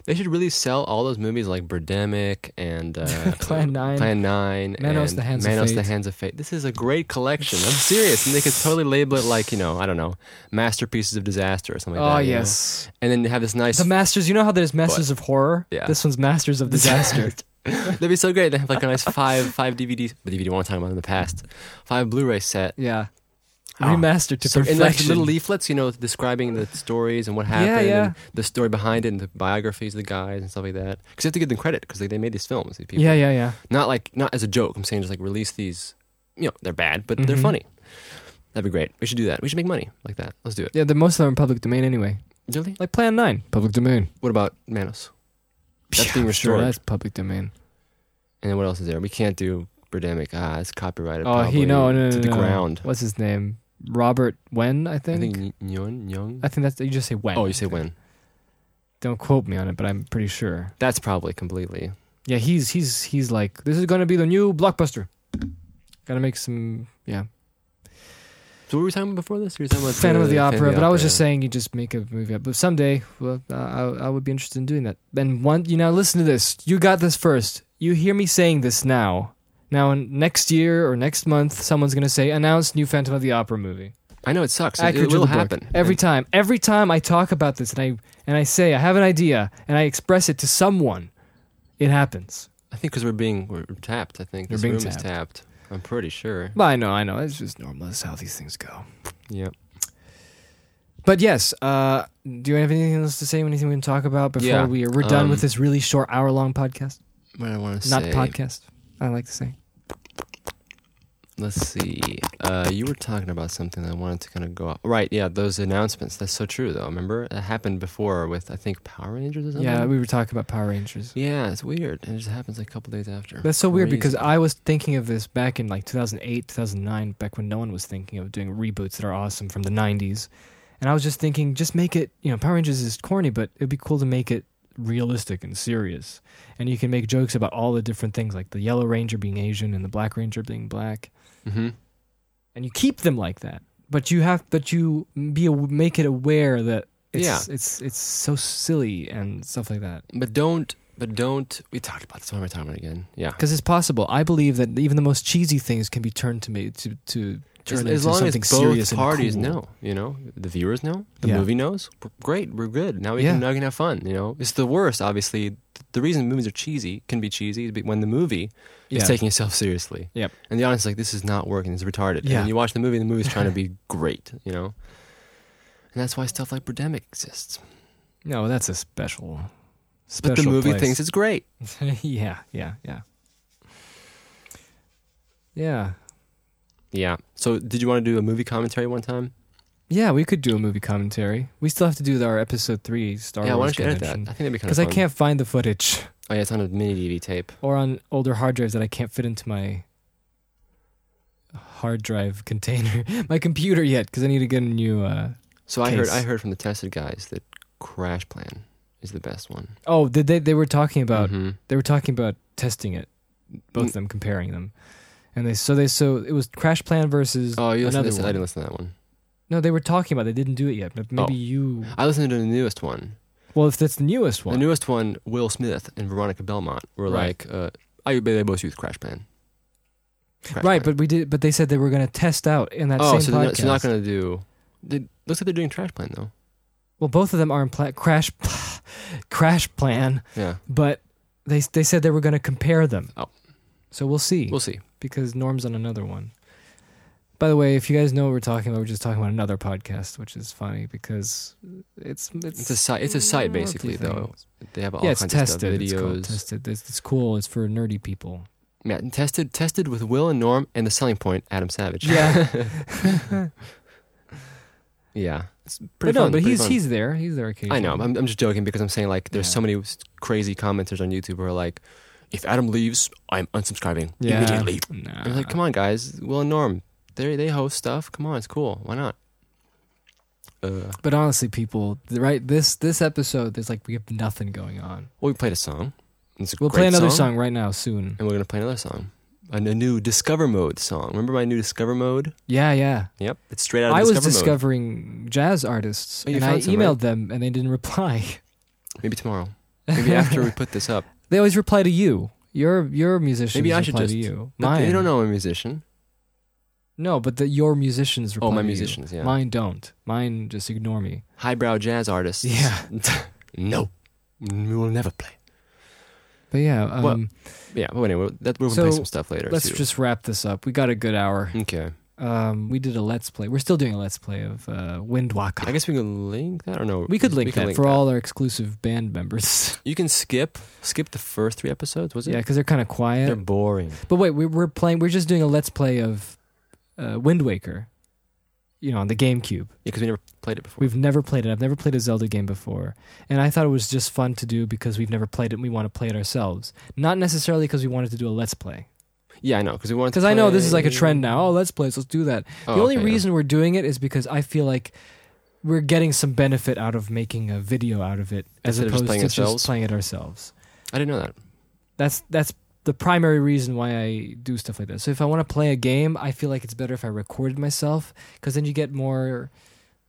Speaker 2: They should really sell all those movies like Birdemic and uh,
Speaker 1: (laughs) Plan Nine.
Speaker 2: Plan Nine,
Speaker 1: Manos,
Speaker 2: and
Speaker 1: the Hands of
Speaker 2: Manos,
Speaker 1: Fate.
Speaker 2: the Hands of Fate. This is a great collection. I'm serious, and they could totally label it like you know, I don't know, masterpieces of disaster or something like
Speaker 1: oh
Speaker 2: that. you know?
Speaker 1: yes,
Speaker 2: and then they have this nice.
Speaker 1: the Masters. You know how there's Masters of Horror.
Speaker 2: Yeah.
Speaker 1: This one's Masters
Speaker 2: (laughs)
Speaker 1: of Disaster.
Speaker 2: That'd be so great. They have like a nice five five DVD DVD. One time about in the past, five Blu-ray set.
Speaker 1: yeah. Remastered to
Speaker 2: Oh, So
Speaker 1: perfection.
Speaker 2: and like little leaflets, you know, describing the stories and what happened,
Speaker 1: yeah.
Speaker 2: and the story behind it, and the biographies of the guys and stuff like that. Because you have to give them credit because they, they made these films. These people.
Speaker 1: yeah, yeah, yeah.
Speaker 2: not like not as a joke. I'm saying just like release these. You know, they're bad, but they're
Speaker 1: Mhm.
Speaker 2: funny. That'd be great. We should do that. We should make money like that. Let's do it.
Speaker 1: Yeah, the most of them are in public domain anyway.
Speaker 2: Really?
Speaker 1: Like Plan Nine, public domain.
Speaker 2: What about Manos? That's
Speaker 1: Yeah,
Speaker 2: being
Speaker 1: Sure,
Speaker 2: restored.
Speaker 1: that's public domain.
Speaker 2: And then what else is there? We can't do Birdemic. Ah, it's copyrighted.
Speaker 1: Oh,
Speaker 2: probably
Speaker 1: he no, no, no,
Speaker 2: to the
Speaker 1: no.
Speaker 2: ground.
Speaker 1: What's his name? Robert Wen, I
Speaker 2: I
Speaker 1: think. Uh,
Speaker 2: think Ny- Nyon Young.
Speaker 1: I think that's you just say Wen.
Speaker 2: Oh, you say when?
Speaker 1: Don't quote me on it, but I'm pretty sure.
Speaker 2: That's probably completely.
Speaker 1: Yeah, he's he's he's like this is gonna be the new blockbuster. Gotta make some yeah.
Speaker 2: So what were we talking about before this? We were talking about
Speaker 1: Phantom of the
Speaker 2: Phantom
Speaker 1: Opera, but I was just saying you just make a movie up. But someday, well, I, I- I would be interested in doing that. And one, you know, listen to this. You got this first. You hear me saying this now. Now, in next year or next month, someone's gonna say, "Announce new Phantom of the Opera movie."
Speaker 2: I know it sucks. It,
Speaker 1: Accurate
Speaker 2: it
Speaker 1: to
Speaker 2: will
Speaker 1: the book.
Speaker 2: happen
Speaker 1: every
Speaker 2: And
Speaker 1: time. Every time I talk about this and I and I say I have an idea and I express it to someone, it happens.
Speaker 2: I think because we're being we're tapped. I think
Speaker 1: We're
Speaker 2: this
Speaker 1: being
Speaker 2: room is tapped. I'm pretty sure.
Speaker 1: But I know, I know, it's just normal. That's how these things go.
Speaker 2: Yep.
Speaker 1: But yes, uh, do you have anything else to say? Anything we can talk about before
Speaker 2: Yeah,
Speaker 1: we are we're done
Speaker 2: um,
Speaker 1: with this really short hour long podcast?
Speaker 2: What I want to
Speaker 1: Not
Speaker 2: say.
Speaker 1: podcast. I like to say.
Speaker 2: Let's see. Uh, you were talking about something that I wanted to kind of go off. Right, yeah, those announcements. That's so true, though. Remember? It happened before with, I think, Power Rangers or something?
Speaker 1: Yeah, we were talking about Power Rangers.
Speaker 2: Yeah, it's weird. It just happens like a couple days after.
Speaker 1: That's so weird
Speaker 2: Crazy.
Speaker 1: because I was thinking of this back in like 2008, 2009, back when no one was thinking of doing reboots that are awesome from the 90s. And I was just thinking, just make it, you know, Power Rangers is corny, but it'd be cool to make it realistic and serious. And you can make jokes about all the different things, like the Yellow Ranger being Asian and the Black Ranger being black.
Speaker 2: Mhm.
Speaker 1: And you keep them like that. But you have, but you be aw- make it aware that it's,
Speaker 2: Yeah.
Speaker 1: it's, it's so silly and stuff like that.
Speaker 2: But don't, but don't. We talked about this. Why am I talking about it again? Yeah.
Speaker 1: Because it's possible. I believe that even the most cheesy things can be turned to me to to turn
Speaker 2: As,
Speaker 1: into
Speaker 2: as long as
Speaker 1: something serious
Speaker 2: both parties
Speaker 1: and cool.
Speaker 2: know, you know, the viewers know, the
Speaker 1: Yeah.
Speaker 2: movie knows. We're great, we're good. Now we
Speaker 1: Yeah.
Speaker 2: can now we can have fun. You know, it's the worst. Obviously, Th- the reason movies are cheesy can be cheesy is be- when the movie
Speaker 1: Yeah.
Speaker 2: is taking itself seriously.
Speaker 1: Yep.
Speaker 2: And the audience is like, this is not working. This is retarded. And
Speaker 1: Yeah.
Speaker 2: then you watch the movie, and the movie's trying
Speaker 1: (laughs)
Speaker 2: to be great. You know, and that's why stuff like Birdemic exists.
Speaker 1: No, that's a special.
Speaker 2: But
Speaker 1: special
Speaker 2: the movie
Speaker 1: place. (laughs)
Speaker 2: thinks it's great.
Speaker 1: yeah, yeah, yeah, yeah,
Speaker 2: Yeah. So, did you want to do a movie commentary one time?
Speaker 1: yeah. We could do a movie commentary. We still have to do our episode three Star
Speaker 2: yeah. Why
Speaker 1: Wars
Speaker 2: don't you edit that? I
Speaker 1: convention
Speaker 2: think that'd be kind of
Speaker 1: because I can't find the footage
Speaker 2: Oh yeah, it's on a mini DVD tape.
Speaker 1: or on older hard drives that I can't fit into my hard drive (laughs) container, my computer yet because I need to get a new. Uh...
Speaker 2: So I heard
Speaker 1: case.
Speaker 2: I heard from the tested guys that Crash Plan is the best one.
Speaker 1: Oh, did they? They were talking about
Speaker 2: Mhm.
Speaker 1: they were talking about testing it,
Speaker 2: Mm.
Speaker 1: both of them comparing them, and they so they so it was Crash Plan versus
Speaker 2: Oh, you listened to
Speaker 1: another
Speaker 2: this? I
Speaker 1: one.
Speaker 2: didn't listen to that one.
Speaker 1: No, they were talking about it. they didn't do it yet, but maybe
Speaker 2: Oh.
Speaker 1: you.
Speaker 2: I listened to the newest one.
Speaker 1: Well, if that's the newest
Speaker 2: The
Speaker 1: one,
Speaker 2: newest one, Will Smith and Veronica Belmont were
Speaker 1: Right.
Speaker 2: like, uh, I they both use Crash Plan. Crash
Speaker 1: right?
Speaker 2: Plan.
Speaker 1: But we did, but they said they were going to test out in that
Speaker 2: oh,
Speaker 1: same
Speaker 2: so they're,
Speaker 1: podcast.
Speaker 2: not, so they're not gonna do. They, looks like they're doing Trash Plan though.
Speaker 1: Well, both of them are in pla- Crash, (laughs) Crash Plan,
Speaker 2: Yeah,
Speaker 1: but they they said they were going to compare them.
Speaker 2: Oh.
Speaker 1: so we'll see.
Speaker 2: we'll see.
Speaker 1: because Norm's on another one. By the way, if you guys know what we're talking about, we're just talking about another podcast, which is funny because it's it's, Mm,
Speaker 2: It's a site. It's a site
Speaker 1: nerdy
Speaker 2: basically though.
Speaker 1: things.
Speaker 2: They have all
Speaker 1: Yeah, it's
Speaker 2: kinds
Speaker 1: tested.
Speaker 2: of
Speaker 1: It's
Speaker 2: stuff,
Speaker 1: called
Speaker 2: videos.
Speaker 1: tested. It's, it's cool. It's for nerdy people.
Speaker 2: (laughs) Yeah, and tested, tested with Will and Norm and the selling point, Adam Savage. (laughs)
Speaker 1: (laughs)
Speaker 2: yeah. It's
Speaker 1: but
Speaker 2: pretty
Speaker 1: no,
Speaker 2: fun,
Speaker 1: but
Speaker 2: pretty
Speaker 1: he's
Speaker 2: fun.
Speaker 1: he's there. He's there occasionally.
Speaker 2: I know. I'm, I'm just joking because I'm saying like there's
Speaker 1: Yeah.
Speaker 2: so many s- crazy commenters on YouTube who are like, if Adam leaves, I'm unsubscribing
Speaker 1: Yeah.
Speaker 2: immediately.
Speaker 1: Nah.
Speaker 2: I'm like, come on, guys. Will and Norm, they they host stuff. Come on, it's cool. Why not? Uh,
Speaker 1: But honestly, people, the- right? This this episode, there's like we have nothing going on.
Speaker 2: well, we played a song. It's a
Speaker 1: We'll
Speaker 2: great
Speaker 1: play another song. right now soon.
Speaker 2: and we're gonna play another song, a, a new Discover Mode song. Remember my new Discover Mode?
Speaker 1: Yeah, yeah.
Speaker 2: Yep, it's straight out of
Speaker 1: I was
Speaker 2: Discover Mode.
Speaker 1: discovering jazz artists,
Speaker 2: Oh, you
Speaker 1: and I
Speaker 2: found some,
Speaker 1: emailed
Speaker 2: right?
Speaker 1: them, and they didn't reply. (laughs)
Speaker 2: Maybe tomorrow. Maybe after we put this up.
Speaker 1: They always reply to you. Your your musicians
Speaker 2: Maybe I should
Speaker 1: reply
Speaker 2: just.
Speaker 1: to you.
Speaker 2: But
Speaker 1: Mine.
Speaker 2: They don't know I'm a musician.
Speaker 1: No, but the, your musicians reply.
Speaker 2: Oh, my
Speaker 1: to you.
Speaker 2: musicians. Yeah.
Speaker 1: Mine don't. Mine just ignore
Speaker 2: (laughs)
Speaker 1: me.
Speaker 2: highbrow jazz artists.
Speaker 1: Yeah.
Speaker 2: no, we will never play.
Speaker 1: But yeah, um,
Speaker 2: Well, Yeah, but anyway, that, we're gonna
Speaker 1: So,
Speaker 2: play some stuff later.
Speaker 1: let's
Speaker 2: too.
Speaker 1: just wrap this up. We got a good hour.
Speaker 2: okay.
Speaker 1: Um, we did a let's play. We're still doing a let's play of uh, Windwalker.
Speaker 2: I guess we can link that or no?
Speaker 1: we could link
Speaker 2: can
Speaker 1: that for all our exclusive band members.
Speaker 2: You can skip skip the first three episodes. Was
Speaker 1: (laughs)
Speaker 2: it?
Speaker 1: yeah, because they're kind of quiet.
Speaker 2: they're boring.
Speaker 1: But wait, we, we're playing. We're just doing a let's play of uh, Wind Waker. You know, on the GameCube.
Speaker 2: Yeah, because we never played it before.
Speaker 1: We've never played it. I've never played a Zelda game before. And I thought it was just fun to do because we've never played it and we want to play it ourselves. Not necessarily because we wanted to do a Let's Play.
Speaker 2: yeah, I know because we wanted. to
Speaker 1: Because I know this is like a
Speaker 2: play-
Speaker 1: trend now. Oh, Let's Plays, let's do that.
Speaker 2: Oh,
Speaker 1: the only
Speaker 2: okay, yeah.
Speaker 1: reason we're doing it is because I feel like we're getting some benefit out of making a video out of it as
Speaker 2: Instead
Speaker 1: opposed
Speaker 2: of just playing
Speaker 1: to
Speaker 2: ourselves?
Speaker 1: just playing it ourselves.
Speaker 2: I didn't know that.
Speaker 1: That's that's the primary reason why I do stuff like that. So if I want to play a game, I feel like it's better if I recorded myself because then you get more.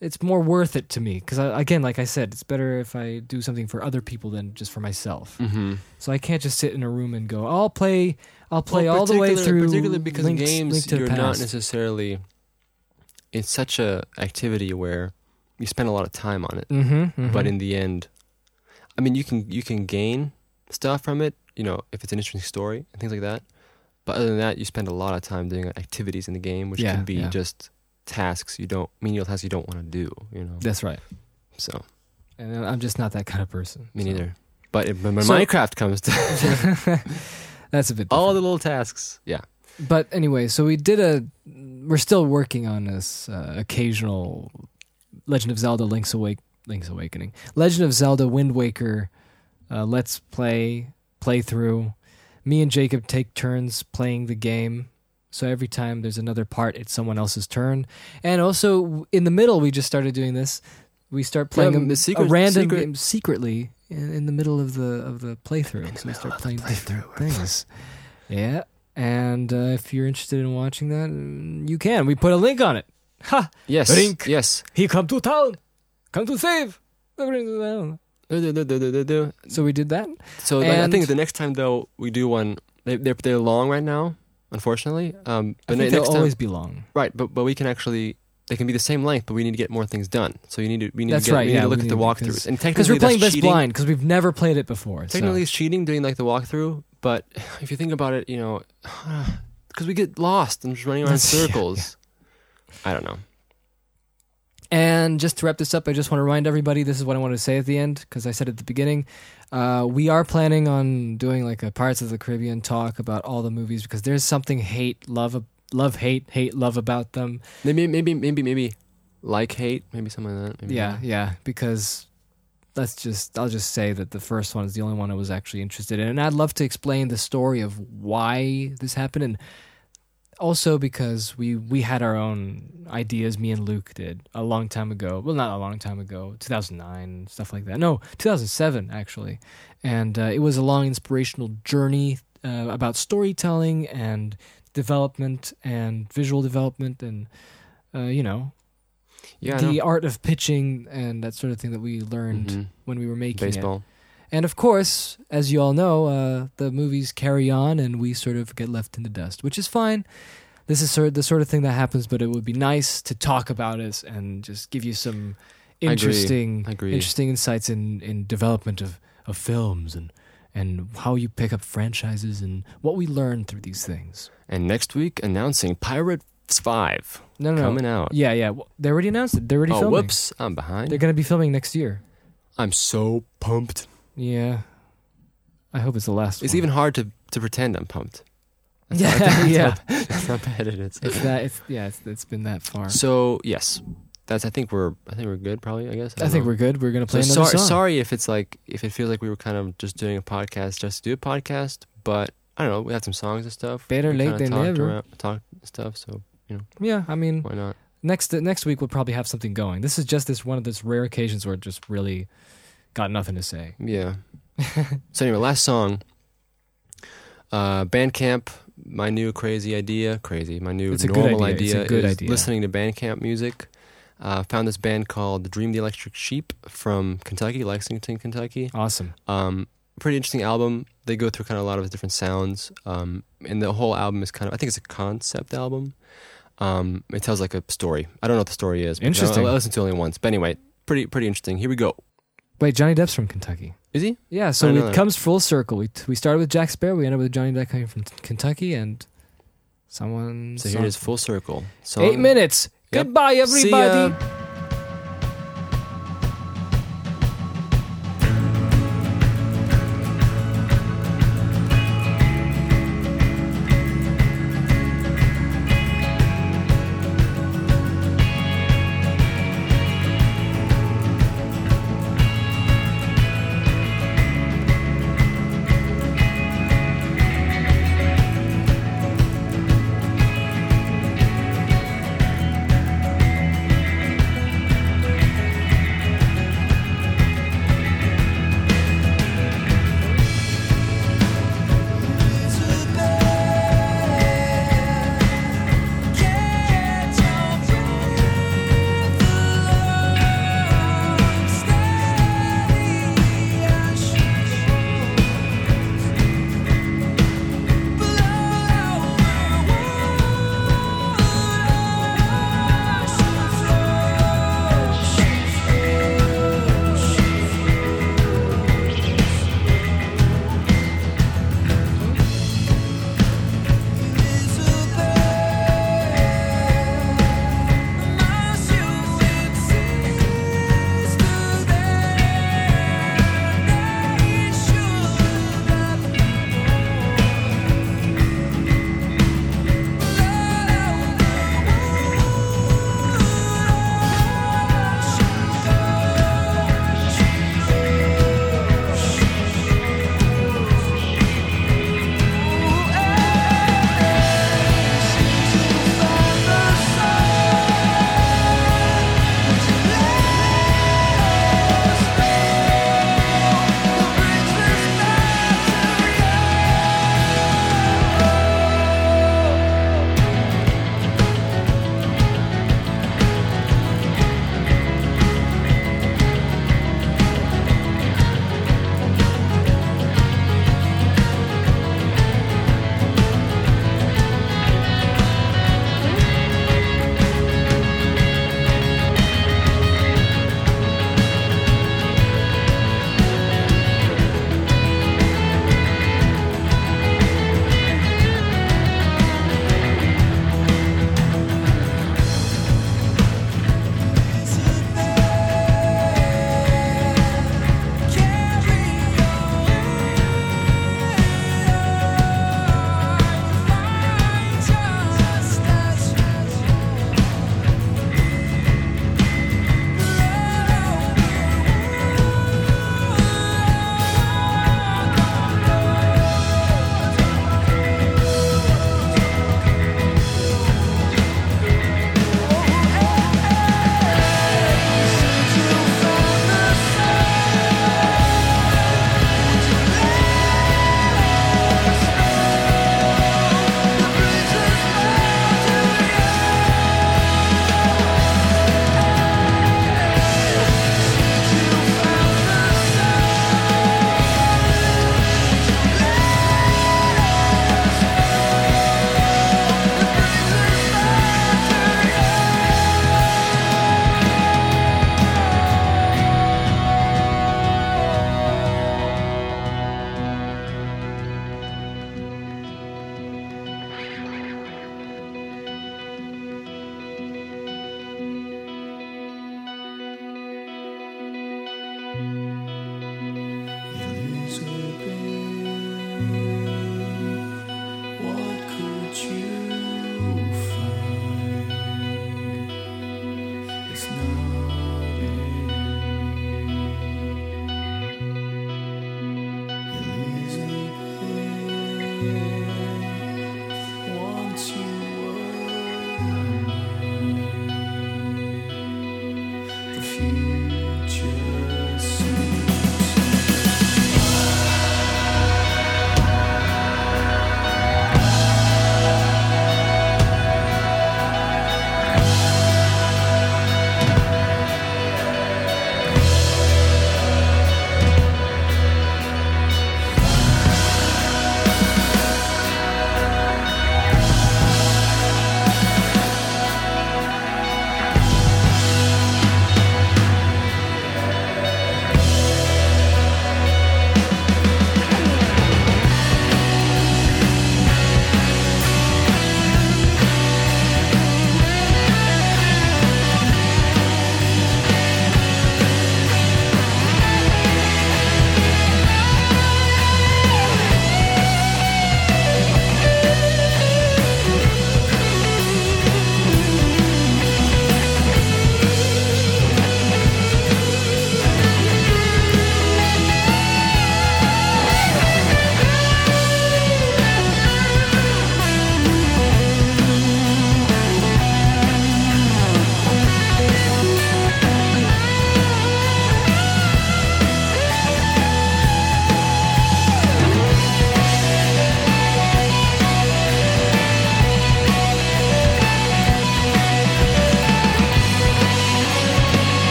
Speaker 1: It's more worth it to me because again, like I said, it's better if I do something for other people than just for myself.
Speaker 2: Mm-hmm.
Speaker 1: So I can't just sit in a room and go, "I'll play, I'll play all the way through."
Speaker 2: particularly because
Speaker 1: Link's-
Speaker 2: games
Speaker 1: Link to the
Speaker 2: you're not
Speaker 1: Past."
Speaker 2: necessarily. It's such a activity where you spend a lot of time on it.
Speaker 1: Mhm, mhm.
Speaker 2: but in the end i mean you can you can gain stuff from it you know if it's an interesting story and things like that but other than that you spend a lot of time doing activities in the game which
Speaker 1: Yeah,
Speaker 2: can be
Speaker 1: yeah.
Speaker 2: just tasks you don't menial tasks you don't want to do. You know.
Speaker 1: That's right.
Speaker 2: So
Speaker 1: And I'm just not that kind of person.
Speaker 2: me
Speaker 1: so
Speaker 2: neither. But it, when
Speaker 1: So-
Speaker 2: Minecraft comes to (laughs)
Speaker 1: That's a bit.
Speaker 2: all the little tasks, yeah,
Speaker 1: but anyway, so we did a. We're still working on this uh, occasional Legend of Zelda: Link's Awake, Link's Awakening, Legend of Zelda: Wind Waker. Uh, let's play playthrough. Me and Jacob take turns playing the game, so every time there's another part, it's someone else's turn. And also w- in the middle, we just started doing this. We start playing
Speaker 2: but
Speaker 1: a,
Speaker 2: the secret-
Speaker 1: a random
Speaker 2: secret-
Speaker 1: game secretly in, in the middle of the of the playthrough. so we start playing different things. yeah. And uh, if you're interested in watching that, mm, you can. We put a link on it. Ha!
Speaker 2: yes,
Speaker 7: Link.
Speaker 2: yes.
Speaker 1: He come to town, come to save. So we did that.
Speaker 2: So like, I think
Speaker 1: And-
Speaker 2: the next time though we do one, they, they're they're long right now, unfortunately. Um,
Speaker 1: I
Speaker 2: but
Speaker 1: think they'll
Speaker 2: ne- next time,
Speaker 1: always be long.
Speaker 2: right? But but we can actually they can be the same length, but we need to get more things done. So you need to we need
Speaker 1: That's
Speaker 2: to get,
Speaker 1: right,
Speaker 2: we
Speaker 1: yeah,
Speaker 2: need
Speaker 1: we
Speaker 2: to look at
Speaker 1: need
Speaker 2: the
Speaker 1: to- 'cause-
Speaker 2: walkthroughs. And
Speaker 1: Because
Speaker 2: technically
Speaker 1: we're playing
Speaker 2: that's
Speaker 1: Best
Speaker 2: cheating.
Speaker 1: Blind because we've never played it before. so-
Speaker 2: Technically, it's cheating doing like the walkthrough, but (sighs) if you think about it, you know, (sighs) because we get lost and just running around in
Speaker 1: That's- (laughs) yeah,
Speaker 2: circles. I don't know.
Speaker 1: And just to wrap this up, I just want to remind everybody this is what I wanted to say at the end because I said at the beginning. Uh, we are planning on doing like a Pirates of the Caribbean talk about all the movies because there's something hate, love, love, hate, hate, love about them.
Speaker 2: Maybe maybe maybe maybe like hate, maybe something like that. Maybe
Speaker 1: Yeah, yeah. Because let's just, I'll just say that the first one is the only one I was actually interested in. And I'd love to explain the story of why this happened and also because we we had our own ideas me and luke did a long time ago well not a long time ago 2009 stuff like that no 2007 actually and uh, it was a long inspirational journey uh, about storytelling and development and visual development and uh, you know
Speaker 2: Yeah, I
Speaker 1: the art of pitching and that sort of thing that we learned
Speaker 2: Mhm.
Speaker 1: when we were making it.
Speaker 2: baseball.
Speaker 1: And of course, as you all know, uh, the movies carry on, and we sort of get left in the dust, which is fine. This is sort of the sort of thing that happens, but it would be nice to talk about it and just give you some
Speaker 2: I agree.
Speaker 1: interesting,
Speaker 2: I agree.
Speaker 1: interesting insights in, in development of, of films and and how you pick up franchises and what we learn through these things.
Speaker 2: And next week, announcing Pirates Five
Speaker 1: No, no,
Speaker 2: coming
Speaker 1: no.
Speaker 2: out.
Speaker 1: yeah, yeah. Well, They already announced it. They're already
Speaker 2: Oh,
Speaker 1: filming.
Speaker 2: whoops! I'm behind.
Speaker 1: They're going to be filming next year.
Speaker 2: I'm so pumped.
Speaker 1: Yeah, I hope it's the last.
Speaker 2: It's
Speaker 1: one.
Speaker 2: even hard to to pretend I'm pumped.
Speaker 1: (laughs)
Speaker 2: (laughs)
Speaker 1: yeah, yeah.
Speaker 2: That's how bad it is.
Speaker 1: It's (laughs) that. It's yeah. It's, it's been that far.
Speaker 2: So yes, that's. I think we're. I think we're good. Probably. I guess.
Speaker 1: I think we're good. We're gonna play
Speaker 2: so
Speaker 1: another
Speaker 2: sorry,
Speaker 1: song.
Speaker 2: sorry if it's like if it feels like we were kind of just doing a podcast just to do a podcast, but I don't know. We had some songs and stuff.
Speaker 1: Better
Speaker 2: We
Speaker 1: late
Speaker 2: kinda
Speaker 1: than
Speaker 2: talked
Speaker 1: never.
Speaker 2: Around, talked stuff. So
Speaker 1: Yeah, I mean,
Speaker 2: why not?
Speaker 1: next next week we'll probably have something going. This is just this one of those rare occasions where it just really got nothing to say. (laughs)
Speaker 2: Yeah. so anyway, last song. Uh, Bandcamp, my new crazy idea, crazy, my new
Speaker 1: It's a good
Speaker 2: normal
Speaker 1: idea. It's a good
Speaker 2: is
Speaker 1: idea.
Speaker 2: listening to Bandcamp music. Uh, found this band called Dream the Electric Sheep from Kentucky, Lexington, Kentucky.
Speaker 1: Awesome.
Speaker 2: Um, pretty interesting album. They go through kind of a lot of different sounds, um, and the whole album is kind of I think it's a concept album. Um, it tells like a story. I don't know what the story is. but
Speaker 1: Interesting.
Speaker 2: I, I listened to it only once, but anyway, pretty pretty interesting. Here we go.
Speaker 1: Wait, Johnny Depp's from Kentucky.
Speaker 2: Is he?
Speaker 1: Yeah,
Speaker 2: I
Speaker 1: so
Speaker 2: know
Speaker 1: it
Speaker 2: that.
Speaker 1: comes full circle. We we started with Jack Sparrow. We ended up with Johnny Depp coming from Kentucky, and someone.
Speaker 2: So here
Speaker 1: song-
Speaker 2: it is, full circle. Song.
Speaker 1: Eight minutes.
Speaker 2: Yep.
Speaker 1: Goodbye,
Speaker 2: See ya.
Speaker 1: everybody.
Speaker 9: Thank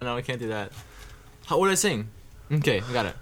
Speaker 2: No, I can't do that. How, what did I sing? Okay, I got it.